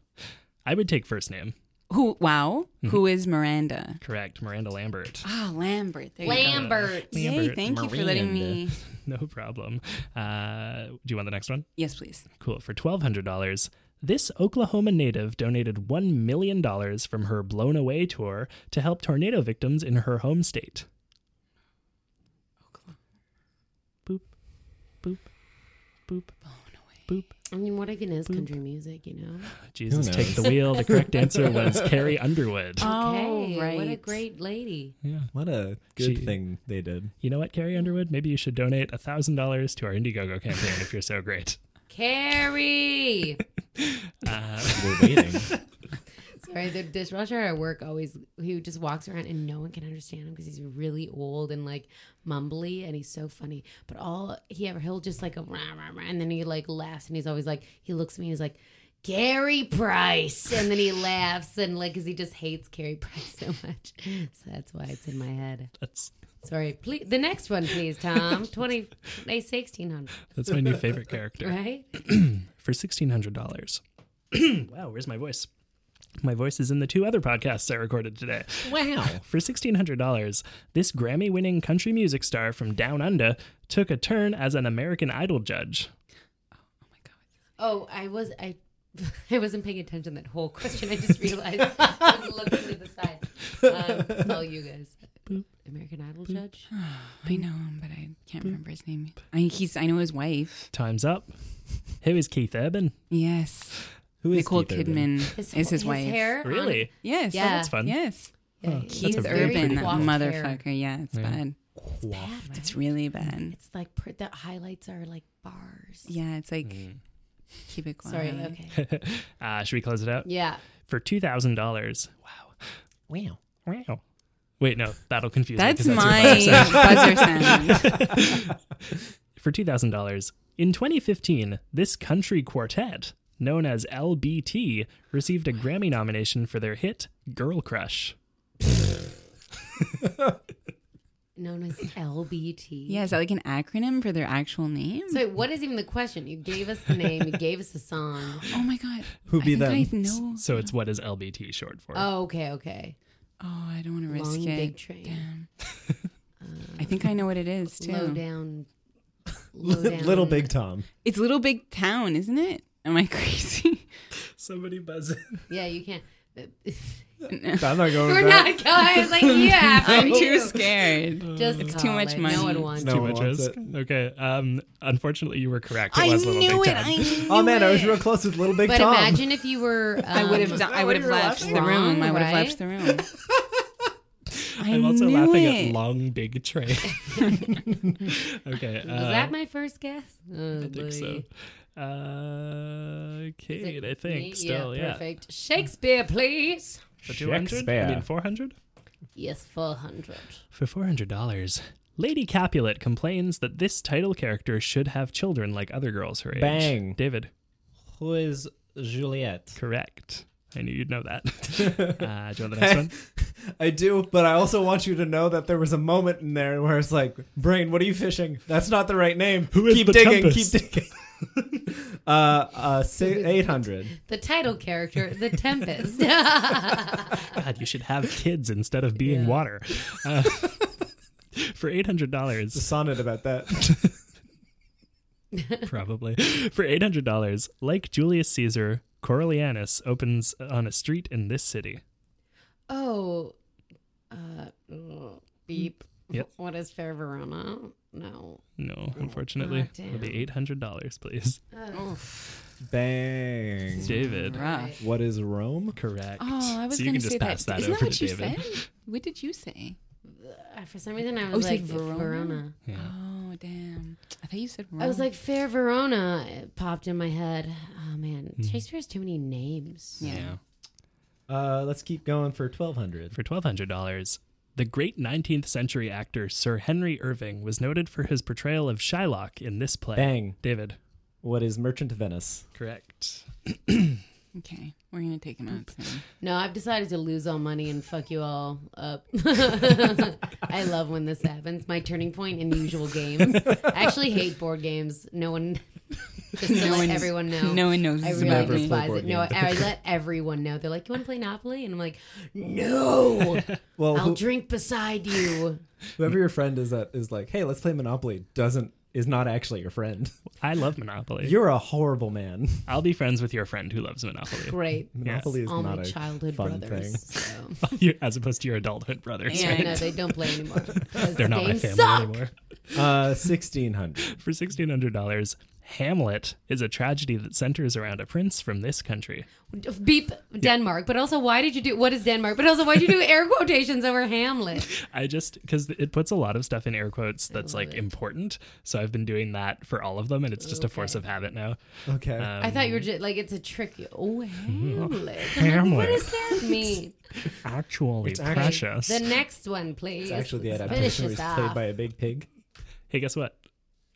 I would take first name.
Who? Wow.
Mm-hmm.
Who is Miranda?
Correct. Miranda Lambert.
Ah, Lambert. There you go.
Lambert.
Yay!
Lambert,
Thank you for letting
Miranda.
me.
No problem. Uh, do you want the next one?
Yes, please.
Cool. For $1,200, this Oklahoma native donated $1 million from her Blown Away tour to help tornado victims in her home state. Boop, boop, boop, boop.
I mean, what even is country music? You know.
Jesus,
Who
take the wheel. The correct answer was Carrie Underwood.
Oh,
okay, What a
right.
great lady.
Yeah.
What a good
She-
thing they did.
You know what, Carrie Underwood? Maybe you should donate $1,000 to our Indiegogo campaign if you're so great.
Carrie.
Uh,
We're waiting.
Sorry, the dishwasher at work always he just walks around and no one can understand him because he's really old and like mumbly and he's so funny. But all he ever he'll just like a rah, rah, rah, and then he like laughs and he's always like he looks at me and he's like Gary Price and then he laughs and like because he just hates Gary Price so much. So that's why it's in my head.
That's
Sorry, please the next one, please, Tom. Twenty, eh, sixteen hundred,
that's my new favorite character.
right?
for sixteen hundred dollars. wow, where's my voice? My voice is in the two other podcasts I recorded today.
Wow.
For sixteen hundred dollars, this Grammy-winning country music star from Down Under took a turn as an American Idol judge.
Oh, I was I I wasn't paying attention to that whole question. I just realized I was looking to the side. Um, it's all you guys. American Idol judge.
I know him, but I can't remember his name. I he's I know his wife.
Time's up. Who is Keith Urban?
Yes,
Who is
Nicole
Keith Urban?
Kidman is his
his
wife. Oh,
Hair on-
Really?
Yes.
Yeah.
That's fun.
Yes.
Yeah, yeah,
a
He's
it's
very
very
urban, that
coiffed hair.
motherfucker. Yeah, it's
Bad,
bad.
right?
It's really bad.
It's like pr- the highlights are like bars.
Yeah, it's like
Mm.
cubic.
Sorry.
wire.
Okay.
Uh, should we close it out?
Yeah.
For two thousand dollars. Wow.
Wow.
Wow. Wait, no, that'll confuse me.
That's
'cause your
my buzzer sound.
for $2,000. In 2015, this country quartet, known as LBT, received a Grammy nomination for their hit Girl Crush.
known as LBT.
Yeah, is that like an acronym for their actual name?
So what is even the question? You gave us the name. You gave us the song.
oh my god.
Who be
I think
them?
I know.
So it's what is LBT short for?
Oh, okay, okay.
Oh, I don't want to risk
Long
it.
big train.
Damn. I think I know what it is too.
Low down. Low down.
Little Big Tom.
It's Little Big Town, isn't it? Am I crazy?
Somebody buzz it.
Yeah, you can't.
I'm not going.
We're
with that.
not going. I was like, yeah.
I'm
you.
too scared.
Just
It's
call
too much
it.
money.
No one wants
No
it.
Too
one
much
wants
risk.
it.
Okay. Um. Unfortunately, you were correct. It
I
was Little
knew
Big
it.
Town. uh,
I knew
Oh man, I was
it.
real close with Little Big
But
Tom.
imagine if you were. Um,
I would have done. I would have left the room. I would have
Wrong,
left the room. I
I'm also
knew
laughing
it.
at long big train. okay.
Was
uh,
that my first guess? Oh,
I think so. Uh, Kate, I think still, yeah.
Perfect. Shakespeare, please.
For 200? I
Shakespeare.
mean, 400?
Yes, 400.
For $400, Lady Capulet complains that this title character should have children like other girls her age.
Bang.
David,
Who is Juliet?
correct. I knew you'd know that. uh, do you want the next one?
I do, but I also want you to know that there was a moment in there where it's like, "Brain, what are you fishing? That's not the right name.
Who is
keep
the
digging,
Tempest?"
keep digging." uh, uh, eight hundred.
The title character, The Tempest.
God, you should have kids instead of being
Yeah.
water. Uh, for $800.
It's a sonnet about that.
probably for eight hundred dollars. Like Julius Caesar, Coriolanus opens on a street in this city.
oh. Uh, ugh, beep.
Yep.
What is Fair Verona? No.
No, unfortunately,
Oh, damn.
it'll be eight hundred dollars, please.
Bang.
David,
Rough.
What is Rome?
correct.
Ah.
Oh, I was
so you can
going to
just
say
pass
that.
that,
Isn't
over
that what
to
you
David.
said? What did you say?
Uh, For some reason, I
Oh, you
was
said
like,
Verona?
Verona.
Oh, damn. I thought you said wrong.
I was like, Fair Verona it popped in my head. Oh, man.
Hmm.
Shakespeare has too many names.
Yeah.
Uh, let's keep going for twelve hundred.
For twelve hundred dollars, the great nineteenth century actor Sir Henry Irving was noted for his portrayal of Shylock in this play.
Bang.
David,
What is Merchant of Venice?
correct.
Okay, we're going to take him out soon.
No, I've decided to lose all money and fuck you all up. I love when this happens. My turning point in usual games. I actually hate board games. No one, just to
No
let
one-
everyone know.
No one knows
I
this
really
about
never play
me.
despise
board
it. No, I, I let everyone know. They're like, "You want to play Monopoly?" And I'm like, "No,
Well,
I'll
who,
drink beside you."
whoever your friend is that is like, hey, let's play Monopoly, doesn't is not actually your friend.
I love Monopoly.
You're a horrible man.
I'll be friends with your friend who loves Monopoly,
Great.
Monopoly is
all
not
my
a
childhood
fun
brothers.
thing.
So.
You- as opposed to your adulthood brothers.
Yeah.
Yeah,
right?
no, they don't play anymore. 'cause
They're not my
games
family
suck.
anymore.
Uh, sixteen hundred.
For sixteen hundred dollars, Hamlet is a tragedy that centers around a prince from this country.
beep Denmark, but also why did you do what is Denmark? But also why did you do air quotations over Hamlet?
I just because it puts a lot of stuff in air quotes that's
love
like
it.
important. So I've been doing that for all of them, and it's just a force of habit now. Um,
Okay.
I thought you were just like it's a trick. Oh Hamlet, I'm like,
Hamlet.
what does that mean?
Actually,
It's actually-
precious.
The next one, please.
it's actually the
Let's
adaptation where
Finish
he's
this
played
off.
by a big pig.
hey, guess what?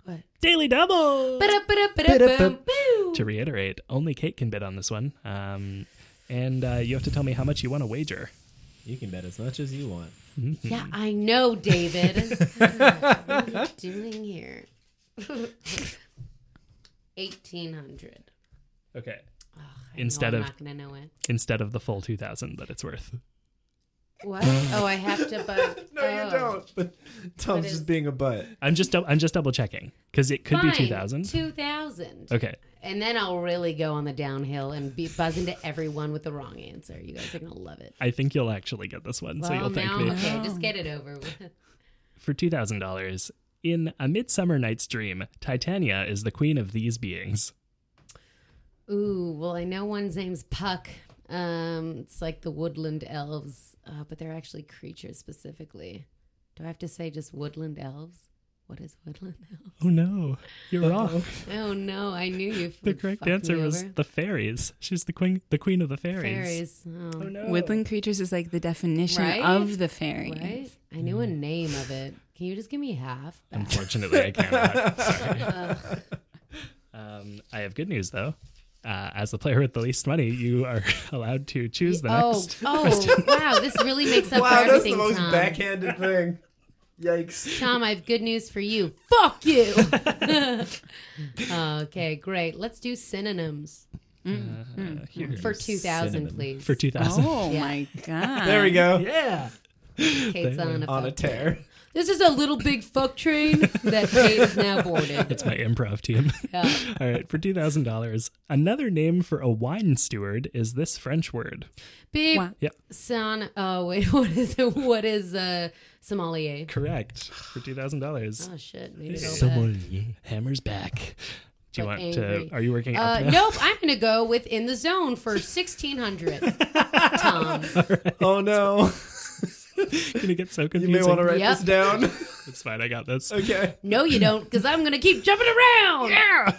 What?
Daily double.
Ba-da, ba-da, ba-da,
Ba-da,
boom, boo.
to reiterate, only Kate can bid on this one, um, and uh, you have to tell me how much you want to wager.
You can bet as much as you want.
Yeah, I know, David. what are you doing here? Eighteen hundred.
Okay. Instead
I'm
of-
not gonna know it.
Instead of the full two thousand that it's worth.
What? Oh, I have to. Oh. But
No, you don't. But Tom's
is-
just being a butt.
I'm just dou- I'm just double checking because it could be two thousand.
Two thousand.
Okay.
And then I'll really go on the downhill and be buzzing to everyone with the wrong answer. You guys are gonna love it.
I think you'll actually get this one, so you'll thank
now,
me.
okay, just get it over with.
For $2,000, in A Midsummer Night's Dream, Titania is the queen of these beings.
Ooh, well, I know one's name's Puck. Um, it's like the woodland elves, uh, but they're actually creatures specifically. Do I have to say just woodland elves? What is woodland elves?
Oh no, you're wrong.
Oh no, I knew you.
The
would
correct
fuck me
answer was
over.
the fairies. She's the queen, the queen of the fairies.
fairies. Oh,
Oh no.
Woodland creatures is like the definition
Right?
of the fairy.
right? I knew a
Mm.
name of it. Can you just give me half? back?
Unfortunately, I cannot. Sorry. um, I have good news though. Uh, as the player with the least money, you are allowed to choose the
oh,
next.
oh, wow! This really makes up for everything. Tom.
backhanded thing. Yikes.
Tom, I have good news for you. Fuck you. okay, great. Let's do synonyms
Uh, here.
for 2000,
Synonym.
please.
For 2000.
Oh
Yeah.
my god.
There we go.
Yeah.
Kate's on a,
On a
fuck train.
tear.
This is a little big fuck train that Kate is now boarding.
It's my improv team.
Yeah.
All right, for $2,000. Another name for a wine steward is this French word.
Big
Wow.
Yep.
son. Oh wait, what is it? What is uh, sommelier?
Correct. For $2,000.
Oh shit, made it all bad.
Hammer's back. Do you
Like
want
angry.
to? Are you working
Uh,
up now?
nope, I'm gonna go with in the zone for 1600. Tom,
Oh no.
Gonna get so
You
confusing.
may want to write
Yep.
this down.
It's fine. I got this.
okay.
no, you don't, because I'm gonna keep jumping around. Yeah.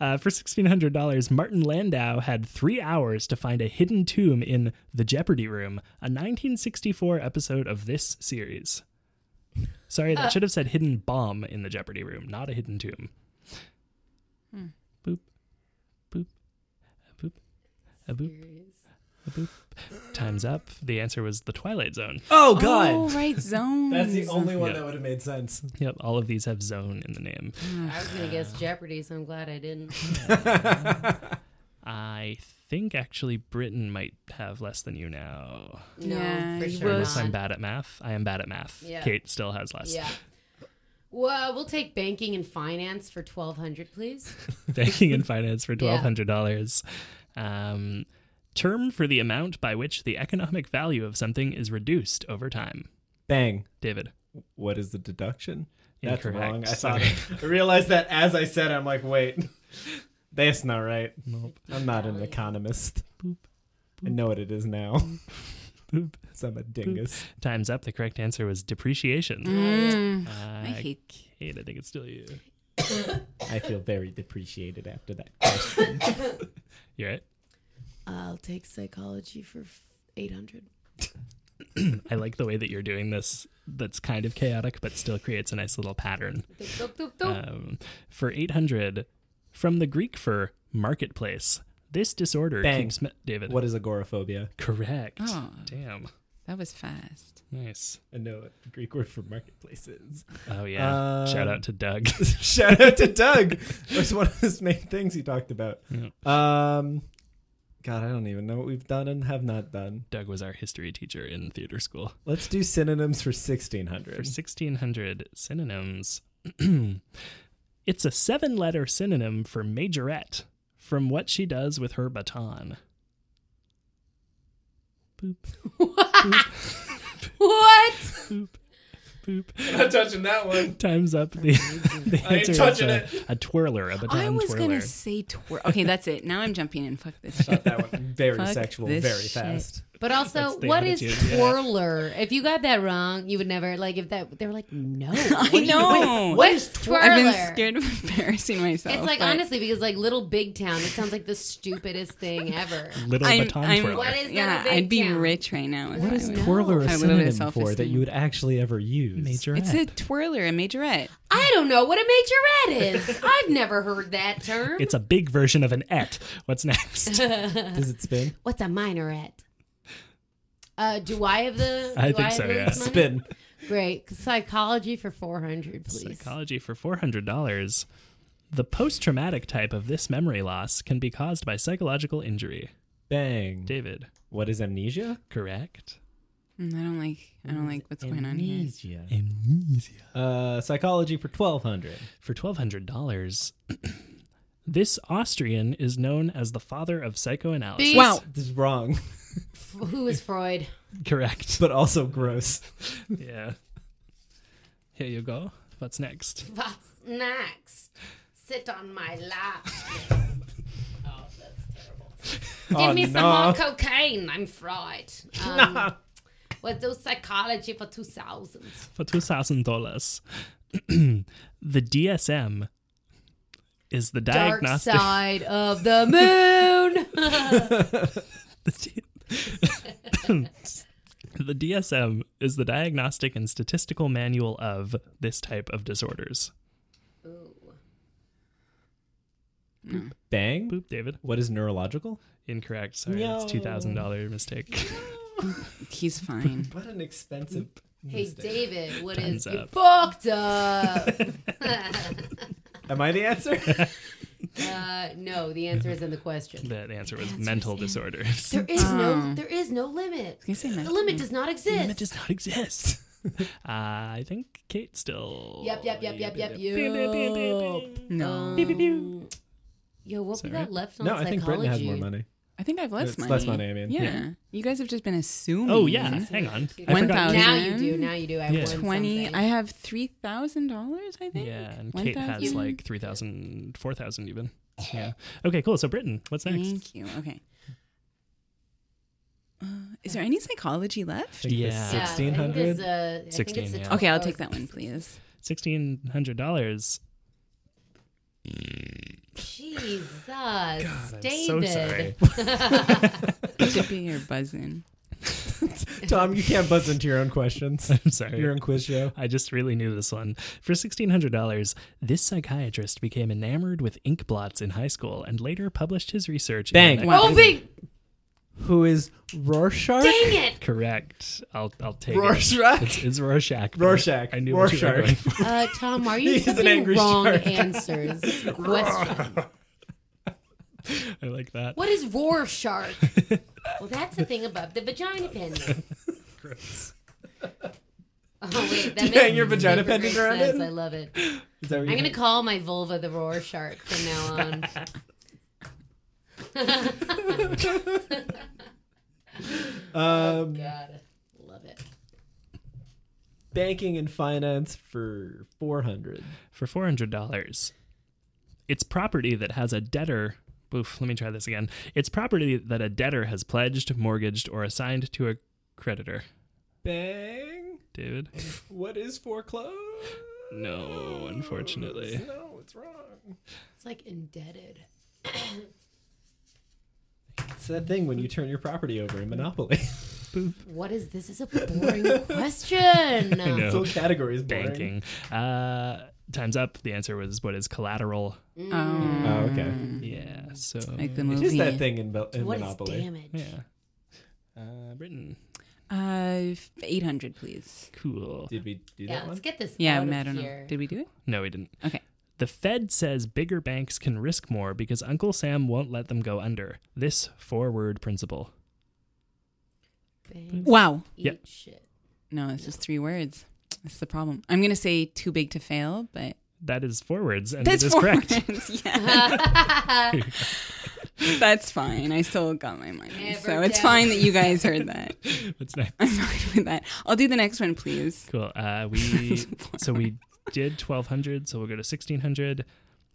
Uh, for sixteen hundred dollars, Martin Landau had three hours to find a hidden tomb in the Jeopardy room, a nineteen sixty-four episode of this series. Sorry,
Uh.
that should have said hidden bomb in the Jeopardy room, not a hidden tomb.
Hmm.
Boop, boop, a boop, a boop, a boop. Time's up. The answer was the Twilight Zone.
Oh
Oh, right zone.
That's the only one
Yeah.
that would have made sense.
Yep, all of these have zone in the name.
I was gonna guess Jeopardy, so I'm glad I didn't.
I think actually Britain might have less than you now.
No,
Yeah,
for
you
sure
will
Unless I'm
not.
bad at math. I am bad at math.
Yeah.
Kate still has less.
Yeah. Well, we'll take banking and finance for 1200, please.
Banking and finance for
Yeah.
twelve hundred dollars. Um, term for the amount by which the economic value of something is reduced over time.
Bang.
David.
What is the deduction? That's
Incorrect.
wrong. I
Sorry.
thought I realized that as I said, I'm like, wait, that's not right. I'm not an economist.
Boop,
I know what it is now.
Boop.
So I'm a dingus.
Time's up. The correct answer was depreciation.
Mm.
Uh,
I hate
Kate, I think it's still you.
I feel very depreciated after that question.
You're right.
I'll take psychology for 800.
I like the way that you're doing this. That's kind of chaotic, but still creates a nice little pattern.
Doop, doop, doop.
Um, for 800, from the Greek for marketplace, this disorder
Bang.
keeps. Me- David.
what is agoraphobia?
Correct.
Oh.
Damn.
That was fast.
Nice.
I know what the Greek word for marketplace is.
Oh, yeah.
Um,
Shout out to Doug.
Shout out to Doug. That's one of his main things he talked about.
Yeah.
Um, God, I don't even know what we've done and have not done.
Doug was our history teacher in theater school.
Let's do synonyms for sixteen
For
hundred.
1600 synonyms, it's a seven letter synonym for majorette from what she does with her baton. Boop,
What?
boop, boop.
Not touching that one.
Times up. The, the
I ain't
answer is
touching
a, a twirler, a baton
I was
twirler.
gonna say twirl. Okay, that's it. Now I'm jumping in. Fuck this shit.
Not that one. Very
Fuck
sexual.
this
Very
shit.
fast.
But also,
That's the
what is
attitude, yeah.
twirler? If you got that wrong, you would never like. If that they were like, no,
I know.
what is twirler?
I've been scared of embarrassing myself.
It's like
but
honestly because like little big town, it sounds like the stupidest thing ever.
Little
I'm-
baton
I'm-
twirler.
What is that
Yeah,
a big
I'd be
town?
rich right now. if
What
I
is
would.
twirler a
I have a little bit of
synonym for that
self-esteem.
you would actually ever use?
Majorette.
It's a twirler, a majorette.
I don't know what a majorette is. I've never heard that term.
It's a big version of an et. What's next?
Does it spin?
What's a minorette? Uh, do I have the?
I
do
think
have
so,
the
yeah.
money?
Spin.
Great psychology for four hundred, please.
Psychology for $400. The post traumatic type of this memory loss can be caused by psychological injury.
Bang.
David,
What is amnesia?
correct?
Mm, I don't like. I don't like what's going on here.
Amnesia.
Amnesia.
Uh, psychology for twelve hundred.
For $1,200, this Austrian is known as the father of psychoanalysis.
Beep.
Wow.
This is wrong,
F- Who is Freud?
Correct.
but also gross.
yeah. Here you go. What's next?
What's next? Sit on my lap. oh, that's terrible. Give
Oh,
me some
no.
more cocaine. I'm fried. Um, We'll do psychology for 2000.
For $2,000, the DSM is the
Dark
diagnostic.
side of the moon.
the the DSM is the diagnostic and statistical manual of this type of disorders.
Ooh.
Bang.
Boop, David.
What is neurological?
Incorrect. Sorry, that's
No.
two thousand dollar mistake.
He's fine.
What an expensive
Hey, David, what is
Time's
you
up.
fucked up?
Am I the answer?
uh, no, the answer is in the question.
The answer was mental disorders.
There is no, there is no limit.
gonna say
Ah. The
mental-
limit does not
It
exist.
does not exist. Uh, I think Kate still.
Yep, yep, yep, yep, yep. You.
yep.
No.
Um, Yo, what we
Sorry.
got left on
no, I think Britain has more
psychology?
money.
I think I have less
It's
money.
less money, I mean.
Yeah.
Yeah.
You guys have just been assuming.
Oh yeah, hang on. I
One
forgot.
thousand.
Now you do. Now you do. I
Yeah.
won
20.
something.
I have $3,000, I think.
Yeah, and
One
Kate has
thousand.
like 3,000, 4,000 even.
Oh.
Yeah. Okay, cool. So Britain, what's next?
Thank you. Okay. Uh, is there any psychology left?
Like the
Yeah.
Yeah, uh, I think
1600?
there's a- I think it's
16,
a
yeah.
top-
Okay, I'll
oh,
take that one, please.
Sixteen hundred dollars.
Jesus, David.
So sorry.
Should be your buzzing.
Tom, you can't buzz into your own questions.
I'm sorry.
your own quiz show.
I just really knew this one. For $1,600, this psychiatrist became enamored with ink blots in high school and later published his research. in
Bang.
the-
Wow.
Oh, big
Who is Rorschach?
dang it!
Correct. I'll, I'll take it.
Rorschach?
It's, it's Rorschach. but
Rorschach.
I knew what you were
Rorschach.
going for.
Uh, Tom, are you
He's an
accepting
angry
wrong
shark.
answers? Question.
I like that.
What is roar shark? Well, that's the thing above the vagina pendant. Oh wait, that
you
makes
hang your vagina
super
pendant
great
around
sense.
it?
I love it.
Is that what
I'm
you-
gonna call my vulva the roar shark from now on.
um,
Oh, God, love it.
banking and finance for 400
For $400, it's property that has a debtor. Oof, let me try this again. It's property that a debtor has pledged, mortgaged, or assigned to a creditor.
Bang.
David?
What is foreclosed?
No, unfortunately.
No, it's wrong.
It's like indebted.
It's that thing when you turn your property over in Monopoly.
What is this? Is a boring question.
I know.
This whole category is boring.
banking. Uh, time's up. The answer was what is collateral.
Mm.
Um,
Oh, okay.
Yeah. So
like the
It
movie.
is that thing in, Bel- in
What is
Monopoly.
damage?
yeah. Uh, Britain.
Uh, 800, please.
Cool.
Did we do
Yeah,
that
let's
one?
get this.
Yeah,
out
I'm-
of
I don't know.
here.
Did we do it?
No, we didn't.
Okay.
The Fed says bigger banks can risk more because Uncle Sam won't let them go under. This four-word principle.
Thanks.
Wow.
Eat
Yep.
shit.
No, it's just three words. That's the problem. I'm going to say too big to fail, but
That is four words, and
that's
it is
four
correct.
words. Yeah. that's fine. I still got my money.
Never
so it's
doubt.
fine that you guys heard that.
What's next?
I'm fine with that. I'll do the next one, please.
Cool. Uh, we so we did twelve hundred, so we'll go to sixteen hundred.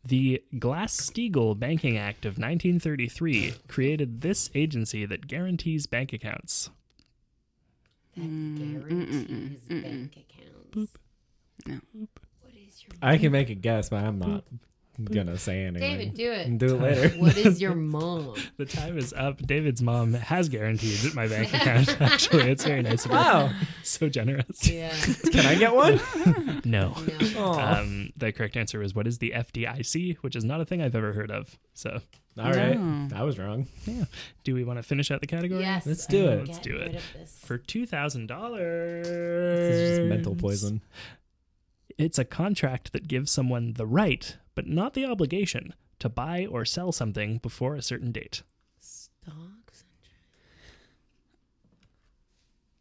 The Glass-Steagall Banking Act of 1933 created this agency that guarantees bank accounts.
That
Mm,
guarantees bank accounts.
No.
What is your
I can make a guess, but I'm not gonna say anything.
David? Do
Can
it.
do it later.
What is your mom?
The time is up. David's mom has guarantees at my bank account. Actually, it's very nice of her.
Wow.
So generous.
Yeah.
Can I get one?
No.
No.
Aw.
Um, the correct answer is what is the FDIC, which is not a thing I've ever heard of. So,
All right.
No.
I was wrong.
yeah. Do we want to finish out the category?
Yes.
Let's
I
do
will
it.
get
Let's do it.
rid of this.
For two thousand
This
dollars,
is just mental poison.
It's a contract that gives someone the right, but not the obligation, to buy or sell something before a certain date.
Dogs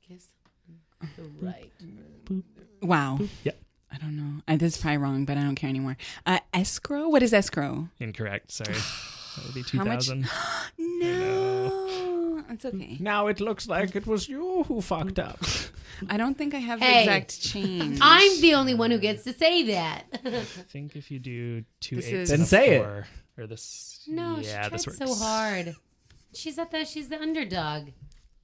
and Gives someone the right.
Wow.
Yep.
I don't know. I, this is probably wrong, but I don't care anymore. Uh, escrow? What is escrow?
Incorrect. Sorry. That would be two
How much?
thousand.
No. That's okay.
Now it looks like it was you who fucked up.
I don't think I have
Hey.
the exact change.
I'm the only one who gets to say that.
I think if you do two
This
eights
is-
and a
Then say it.
four, or this.
no,
yeah,
she tried
this works
so hard. She's at the she's the underdog.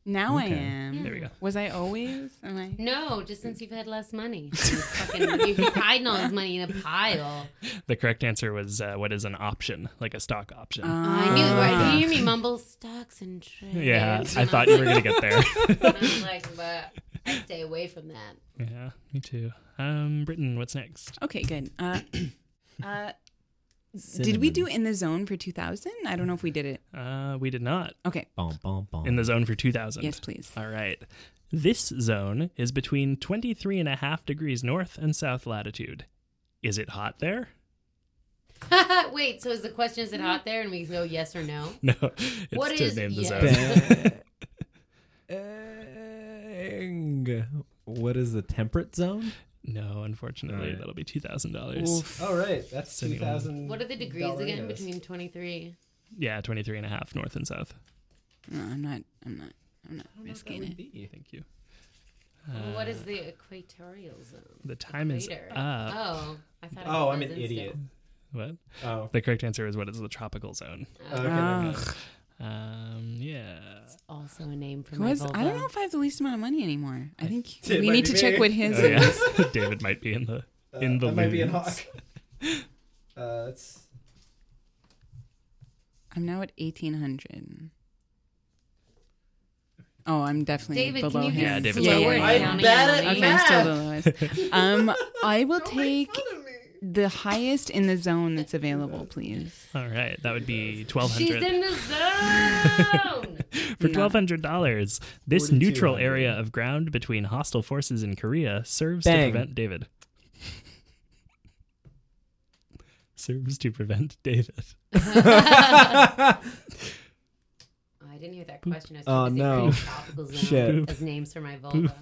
Now I am.
There we go.
Was I always? Am I?
No, just since you've had less money. He's fucking, he's hiding all his money in a pile.
The correct answer was uh, what is an option, like a stock option.
Um,
I knew it.
Ah.
Right? Did you hear me mumble stocks and trades?
Ah. yeah,
And
I
was
thought you were
like-
gonna get there.
I was like, but I stay away from that.
yeah, me too. Um, Britain, what's next?
Okay, good. Uh, uh, did we do in the zone for 2000? I don't know if we did it.
Uh, we did not
Okay.
Bom, bom, bom.
in the zone for two thousand.
Yes, please.
All right. This zone is between 23 and a half degrees north and south latitude. Is it hot there?
Wait, so is the question is it hot there? And we go yes or no.
No. It's
What
to
is-
name the
yeah.
zone.
Bang. What is the temperate zone?
No, unfortunately,
Alright.
that'll be two thousand dollars.
All right, that's
Anyone-
two thousand.
What are the degrees again between 23?
Yeah, 23 and a half north and south.
No, I'm not. I'm not. I'm not risking it.
Thank you.
what is the equatorial zone?
Uh, The time is
Equator.
up.
Oh, I thought.
Oh,
it
I'm
was
an idiot.
instant.
What?
Oh,
The correct answer is what is the tropical zone?
Uh, okay.
Ugh.
Um, yeah.
It's also a name for
Who
my
has- I don't
vulva.
know if I have the least amount of money anymore. I think
It
we
might
need
be
to
me.
check what his
Oh, yes. David might be in the in the
Uh, that might be in
loons.
hawk. Uh, it's
I'm now at 1800. Oh, I'm definitely
David,
below
can you
him.
be
Yeah, David's
slower
below him.
at counting your
I'm bad at
money?
Okay, I'm still the lowest. Um, I will take the highest in the zone that's available, please.
All right, that would be
She's
1200.
in the zone.
For $1200, this
4200.
neutral area of ground between hostile forces in Korea serves
Bang.
to prevent David. serves to prevent David.
Oh, I didn't hear that question. I was
Oh,
trying to
no.
no. tropical zone
Shit.
as names for my vulva.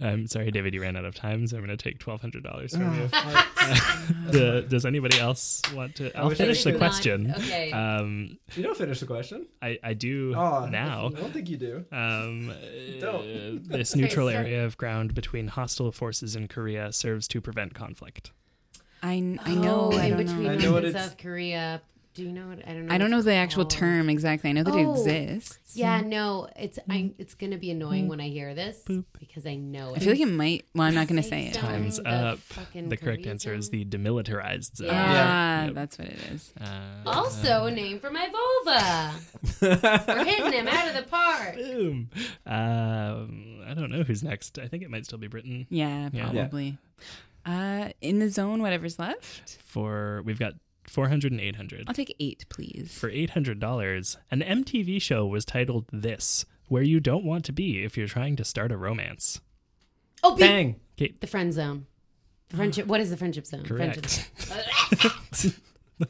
I'm sorry, David, you ran out of time, so I'm going to take $1,200
Ah.
from you. Do- does anybody else want to? I'll
wish I
finish the
could.
question.
Okay.
Um,
you don't finish the question.
I, I do
Oh,
now.
I don't think you do.
Um,
Uh, Don't.
this neutral
so-
area of ground between hostile forces in Korea serves to prevent conflict.
I, I know.
Oh,
I
in
don't
between
know.
I
North
know what
and
it's-
South Korea. Do you know what? I don't know.
I don't
what
know
it's
the actual
called.
term exactly. I know that
Oh.
it exists.
Yeah, no, it's I, it's gonna be annoying when I hear this because I know it.
Mm-hmm. I feel like it might. Well, I'm not going to say it.
Safe zone,
Time's
the
up.
fucking
The correct
Korea
answer is
zone.
the demilitarized zone.
Yeah.
Ah, that's what it is.
Uh,
Also, a name for my vulva. We're hitting him out of the park.
boom. Um, I don't know who's next. I think it might still be Britain.
Yeah,
Yeah.
probably. Uh, in the zone, whatever's left.
For we've got 400 and 800.
I'll take eight, please.
For $800, an MTV show was titled This, where you don't want to be if you're trying to start a romance.
Oh, be-
Bang.
the friend zone. The friendship. What is the friendship zone? Friendship
Correct.
zone.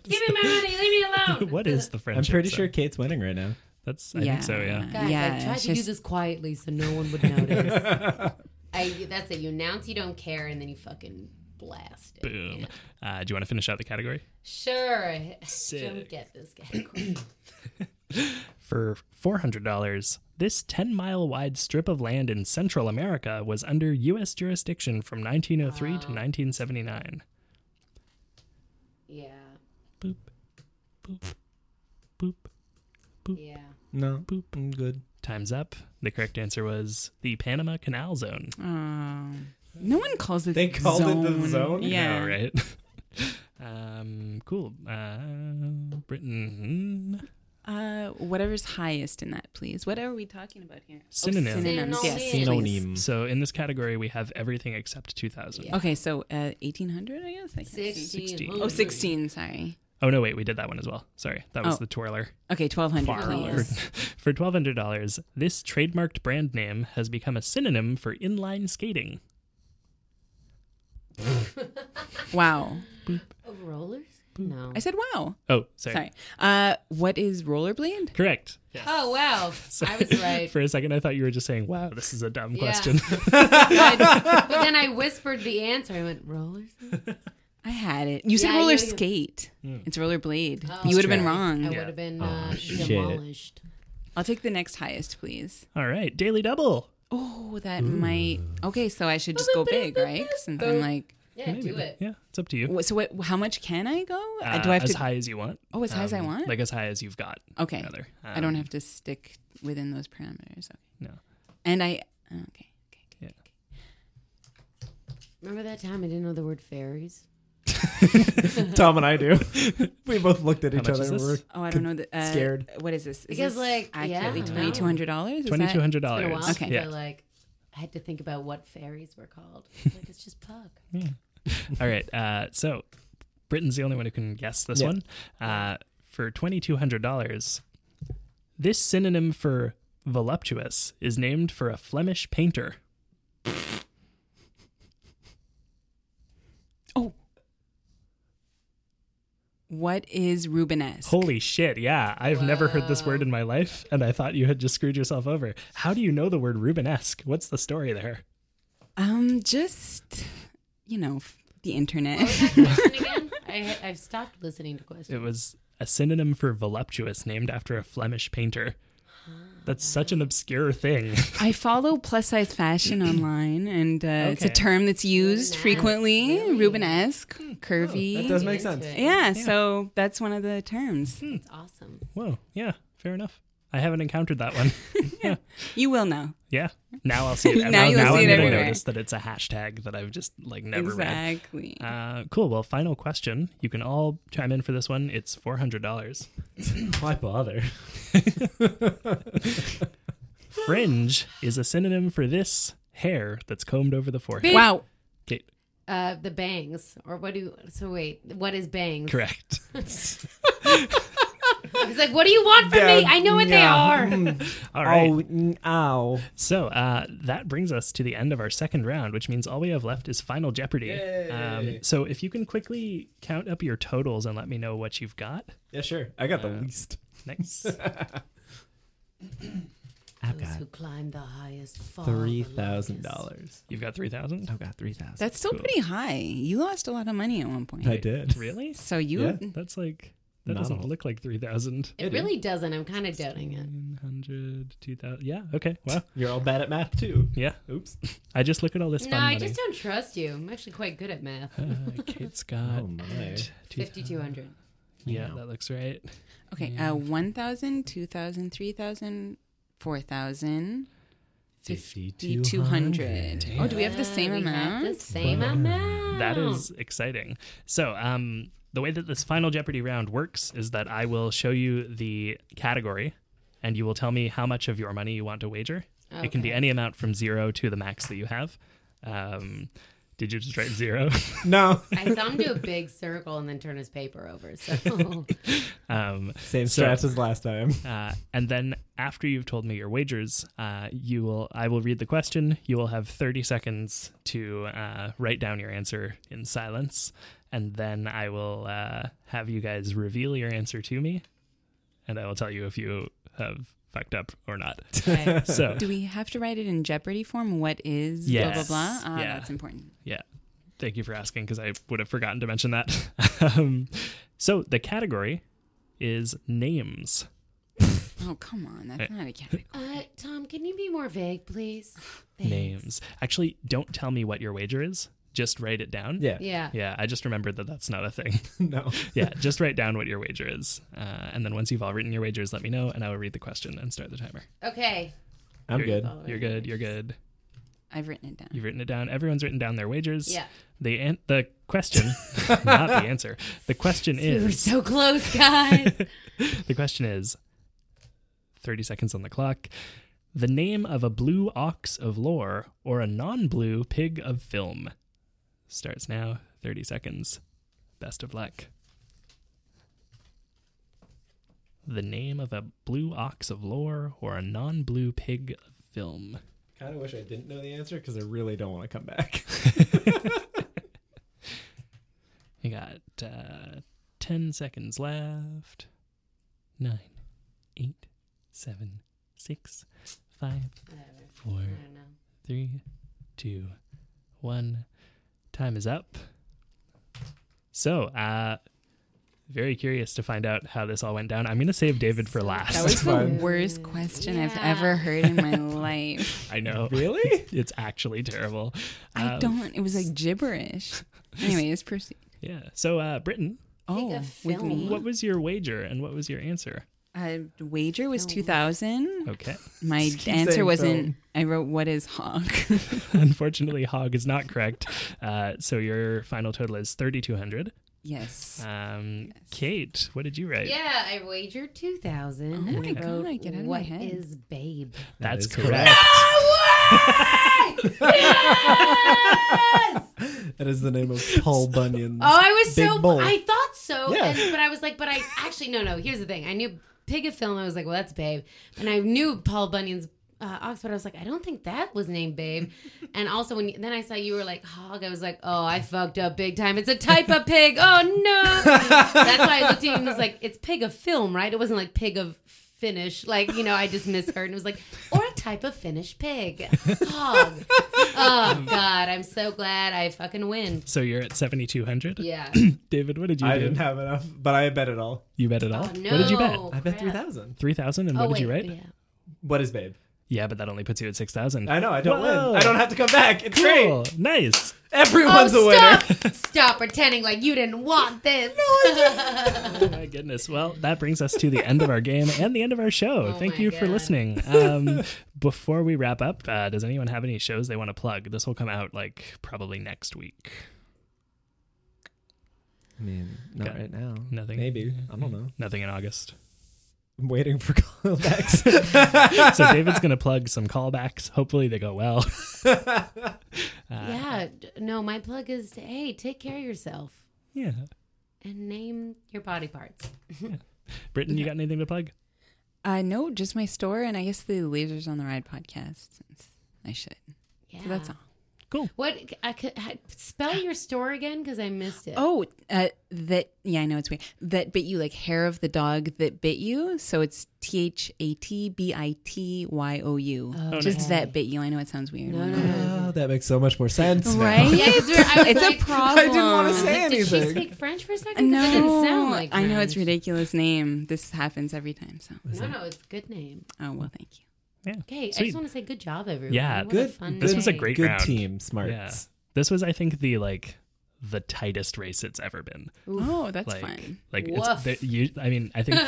Give me my money. Leave me alone.
what is the friendship?
I'm pretty
zone?
sure Kate's winning right now.
That's I think so, yeah.
Guys,
yeah,
I tried
it's
to do
just-
this quietly so no one would notice. I, that's it. You announce you don't care, and then you fucking blast it.
Boom. Uh, do you want to finish out the category?
Sure.
Sick.
Don't get this guy.
For $400, this 10 mile wide strip of land in Central America was under U.S. jurisdiction from 1903 to 1979.
yeah.
Boop, boop, boop.
Yeah.
No, boop. I'm good.
Time's up. The correct answer was the Panama Canal Zone.
Oh. No one calls it.
They called it the zone?
Yeah.
All right. um, cool. Uh, Britain.
Uh, whatever's highest in that, please. What are we talking about here? Oh,
Synonym.
synonyms. Yes.
Synonyms.
please.
So in this category, we have everything except 2000.
Okay, so uh, 1800, I guess. I can't see.
16.
Oh, 16, sorry.
Oh, no, wait, we did that one as well. Sorry. That was
Oh.
the twirler.
Okay, 1200,
Twirler.
please.
for $1,200, this trademarked brand name has become a synonym for inline skating.
Wow.
Oh, rollers? No.
I said wow.
Oh, sorry.
Sorry. Uh, what is rollerblade?
Correct. Yeah.
Oh, wow. I was right.
For a second, I thought you were just saying, wow, this is a dumb
Yeah.
question.
but, but then I whispered the answer. I went, rollers?
I had it. You said
Yeah, you-
roller
you-
skate.
Hmm.
It's rollerblade.
Oh,
you would have been
sorry.
wrong.
I would have been
Oh,
uh,
shit.
demolished.
I'll take the next highest, please.
All right. Daily Double.
Oh, that might. Okay, so I should just go big, right? Since I'm like,
Yeah, do it.
Yeah, it's up to you.
wh- so what? How much can I go? Uh, Do
Uh,
I have
as
to?
high as you want.
oh, as high as I
Um,
want.
Like as high as you've got.
okay,
rather.
I don't have to stick within those parameters. Okay,
No.
and I. oh, Okay. okay.
Yeah.
Remember that time I didn't know the word fairies?
Tom and I do. we both looked at each
much
other.
is
and
this?
Oh, I don't know. The, uh,
Scared.
What is this? Is
Because,
this
like, yeah,
accurately
no.
twenty two hundred dollars.
Twenty two hundred
Been a while
dollars.
since
Okay.
I
Oh, Yeah.
like I had to think about what fairies were called. I was Like it's just Puck.
All right. Uh, so Britain's the only one who can guess this
Yeah.
one. Uh, for twenty two hundred dollars, this synonym for voluptuous is named for a Flemish painter?
What is Rubenesque?
Holy shit, yeah. I've never heard this word in my life, and I thought you had just screwed yourself over. How do you know the word Rubenesque? What's the story there?
um, just you know f- the internet.
again? I, I've stopped listening to
It
questions.
was a synonym for voluptuous named after a Flemish painter. That's such an obscure thing.
I follow plus size fashion online, and uh, it's a
Okay.
term that's used
Rubenesque,
frequently.
really?
Rubenesque, curvy.
That does make sense.
yeah, so that's one of the terms.
It's awesome.
Whoa, yeah, fair enough. I haven't encountered that one.
You will know.
Yeah. Now I'll see it.
Now
now
you'll
now
see
I'm
it
gonna
everywhere.
notice that it's a hashtag that I've just like never read.
exactly.
Uh, cool. Well, final question. You can all chime in for this one. It's four hundred dollars.
Why bother?
Fringe is a synonym for this hair that's combed over the forehead.
Wow.
Okay,
Uh, the bangs, or what do? You, so wait, what is bangs?
correct.
It's like, what do you want from me? I know what they are.
All right.
Oh, n- ow.
So uh, that brings us to the end of our second round, which means all we have left is Final Jeopardy. Um, so if you can quickly count up your totals and let me know what you've got.
Yeah, sure. I got the least.
Nice.
I've
Those
got
who climb the highest fall. the
three thousand
longest.
dollars.
You've got three thousand.
I've got three thousand.
That's still pretty high. You lost a lot of money at one point.
I did.
Really?
So you
Yeah.
That's like that
Not
doesn't
all.
look like three thousand.
It really doesn't. I'm kind of doubting it.
100, 2000. Yeah. Okay. Wow.
You're all bad at math too.
Yeah.
Oops.
I just look at all this
No,
fun
I
money.
just don't trust you. I'm actually quite good at math.
uh, Kate's got
Oh my.
2,000.
5,200.
Yeah, that looks right.
Okay, uh, 1,000, 2,000, 3,000, 4,000, 5,200. Oh, do we have the same
Uh, We have
amount?
The same amount.
That is exciting. So, um, the way that this final Jeopardy round works is that I will show you the category, and you will tell me how much of your money you want to wager. It can be any amount from zero to the max that you have. Um, did you just write zero?
No.
I saw him do a big circle and then turn his paper over. So
um,
Same
So-
straps as last time.
Uh, and then after you've told me your wagers, uh, you will I will read the question. You will have 30 seconds to uh, write down your answer in silence, and then I will uh, have you guys reveal your answer to me, and I will tell you if you have fucked up or not.
okay.
So
Do we have to write it in Jeopardy form? What is blah,
Yes.
blah, blah? Ah,
Yeah.
that's important.
yeah, thank you for asking because I would have forgotten to mention that. um, so the category is names.
Oh, come on. That's not a category.
uh, Tom, can you be more vague, please? Thanks.
Names. Actually, don't tell me what your wager is. Just write it down.
Yeah.
Yeah.
Yeah, I just remembered that that's not a thing.
No.
yeah, just write down what your wager is. Uh, and then once you've all written your wagers, let me know and I will read the question and start the timer.
Okay.
I'm
Here you
good.
go.
You're good. You're good.
I've written it down.
You've written it down. Everyone's written down their wagers.
Yeah.
The an- the question, not the answer. The question
We were
is
so close, guys.
the question is 30 seconds on the clock. The name of a blue ox of lore or a non-blue pig of film starts now. 30 seconds. Best of luck. The name of a blue ox of lore or a non-blue pig of film.
Kind of wish I didn't know the answer because I really don't want to come back.
You got uh, 10 seconds left. Nine, eight, seven, six, five,
Whatever.
four,
I don't know.
three, two, one. Time is up. So, uh, very curious to find out how this all went down. I'm going to save David for
That
last.
was the
fine.
worst question I've
Yeah.
ever heard in my life.
I know.
really?
It's actually terrible.
I
Um,
don't. It was like gibberish. Anyways, proceed.
Yeah. So, uh, Britain,
Oh,
a
with
film.
me.
what was your wager and what was your answer?
Uh, wager was 2,000.
Okay.
My
Just keep
answer
saying
wasn't.
film.
I wrote, what is hog?
Unfortunately, Hog is not correct. Uh, so your final total is 3,200.
yes.
Um, Kate, what did you write?
Yeah, I wagered 2000
Oh
and
my
I wrote,
God, get out of my
"What
head."
is babe?
That's
is
correct.
yes!
That is the name of Paul Bunyan's.
Oh, I was
Big
so
bowl.
I thought so,
Yeah.
and, but I was like, but I actually no no. Here's the thing: I knew pick a film. I was like, well, that's Babe. And I knew Paul Bunyan's uh, Oxford. I was like, I don't think that was named Babe. And also, when you, then I saw you were like Hog, I was like, oh, I fucked up big time. It's a type of pig. Oh, no. That's why I looked at you and was like, it's pig of film, right? It wasn't like pig of Finnish. Like, you know, I just misheard and it was like, or a type of Finnish pig. Hog. Oh, God. I'm so glad I fucking win.
So you're at 7,200?
Yeah.
David, what did you
I
do?
didn't have enough, but I bet it all.
You bet it all?
Oh, no.
What did you bet?
I bet
Crap.
three thousand.
3,000 and
Oh,
what
wait,
did you write? Yeah.
Yeah.
What is Babe?
but that only puts you at 6,000.
I know. I don't
Whoa.
win. I don't have to come back. It's
Cool.
great.
Nice.
Everyone's a winner.
Oh, Stop, stop pretending like you didn't want this.
Oh my goodness. Well, that brings us to the end of our game and the end of our show.
Oh
Thank
my
you for
God.
listening. Um, before we wrap up, uh, does anyone have any shows they want to plug? This will come out like probably next week.
I mean, not
Okay.
right now.
Nothing.
Maybe. I don't know.
Nothing in August.
I'm waiting for callbacks.
So David's going to plug some callbacks. Hopefully they go well.
yeah. d- No, my plug is to, hey, take care of yourself
Yeah.
and name your body parts.
Britton, you got anything to plug?
Uh, no, just my store, and I guess the Lasers on the Ride podcast. Since I should.
Yeah.
So that's all.
What? I could, I, spell your store again because I missed it.
Oh, uh, that yeah, I know it's weird. That bit you like hair of the dog that bit you. So it's T H A T B I T Y O U.
Oh,
Just
nice.
that bit you. I know it sounds weird.
No, no, no.
oh, that makes so much more sense. now.
Right?
Yeah, 'cause we're- I was
it's
like,
a problem.
I didn't want to say
Did she
anything.
speak French for a second? 'Cause
No,
it didn't sound like
I know it's
French.
ridiculous name. This happens every time. So,
No, no, it's a good name.
oh well, thank you.
Yeah.
Okay, I
Sweet.
just want to say good job, everyone.
Yeah,
What a
Good.
fun
This was a
day.
great
Good
round.
team, smarts.
Yeah. This was, I think, the like the tightest race it's ever been.
Oh, that's
Like,
fun.
like it's,
Woof.
there- you, I mean, I think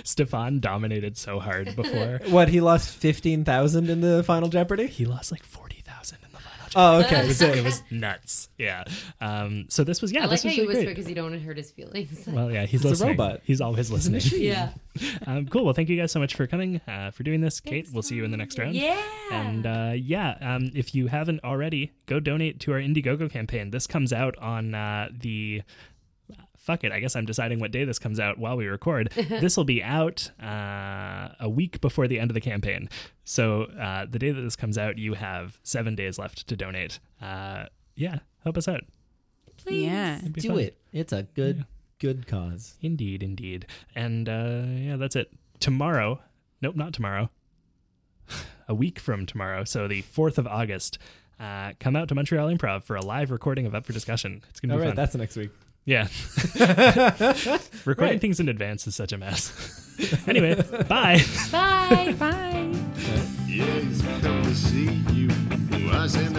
Stefan dominated so hard before
What he lost fifteen thousand in the final Jeopardy.
he lost like forty thousand in the final. Jeopardy.
Oh, okay.
It was- it was nuts. Yeah. Um. So this was yeah.
I like
this
how
was
you
really
whisper
great.
because you don't want to hurt his feelings.
Well, yeah, he's
a
listening.
robot.
He's always listening.
yeah.
um, cool. Well, thank you guys so much for coming, uh, for doing this, Kate. We'll see you in the next round.
Yeah.
And uh, yeah, um, if you haven't already, go donate to our Indiegogo campaign. This comes out on uh, the. Fuck it. I guess I'm deciding what day this comes out while we record. this will be out uh, a week before the end of the campaign. So uh, the day that this comes out, you have seven days left to donate. Uh, yeah, help us out.
Please.
Yeah.
It'd be
Do
fun.
it. It's a good, good cause.
Indeed, indeed. And uh, yeah, that's it. Tomorrow, nope, not tomorrow. A week from tomorrow, so the fourth of August, uh, come out to Montreal Improv for a live recording of Up for Discussion. It's gonna
All
be
right,
fun.
that's next week.
yeah, recording
Right.
things in advance is such a mess. anyway, bye.
Bye.
Bye.
Yes, come to see you. Was in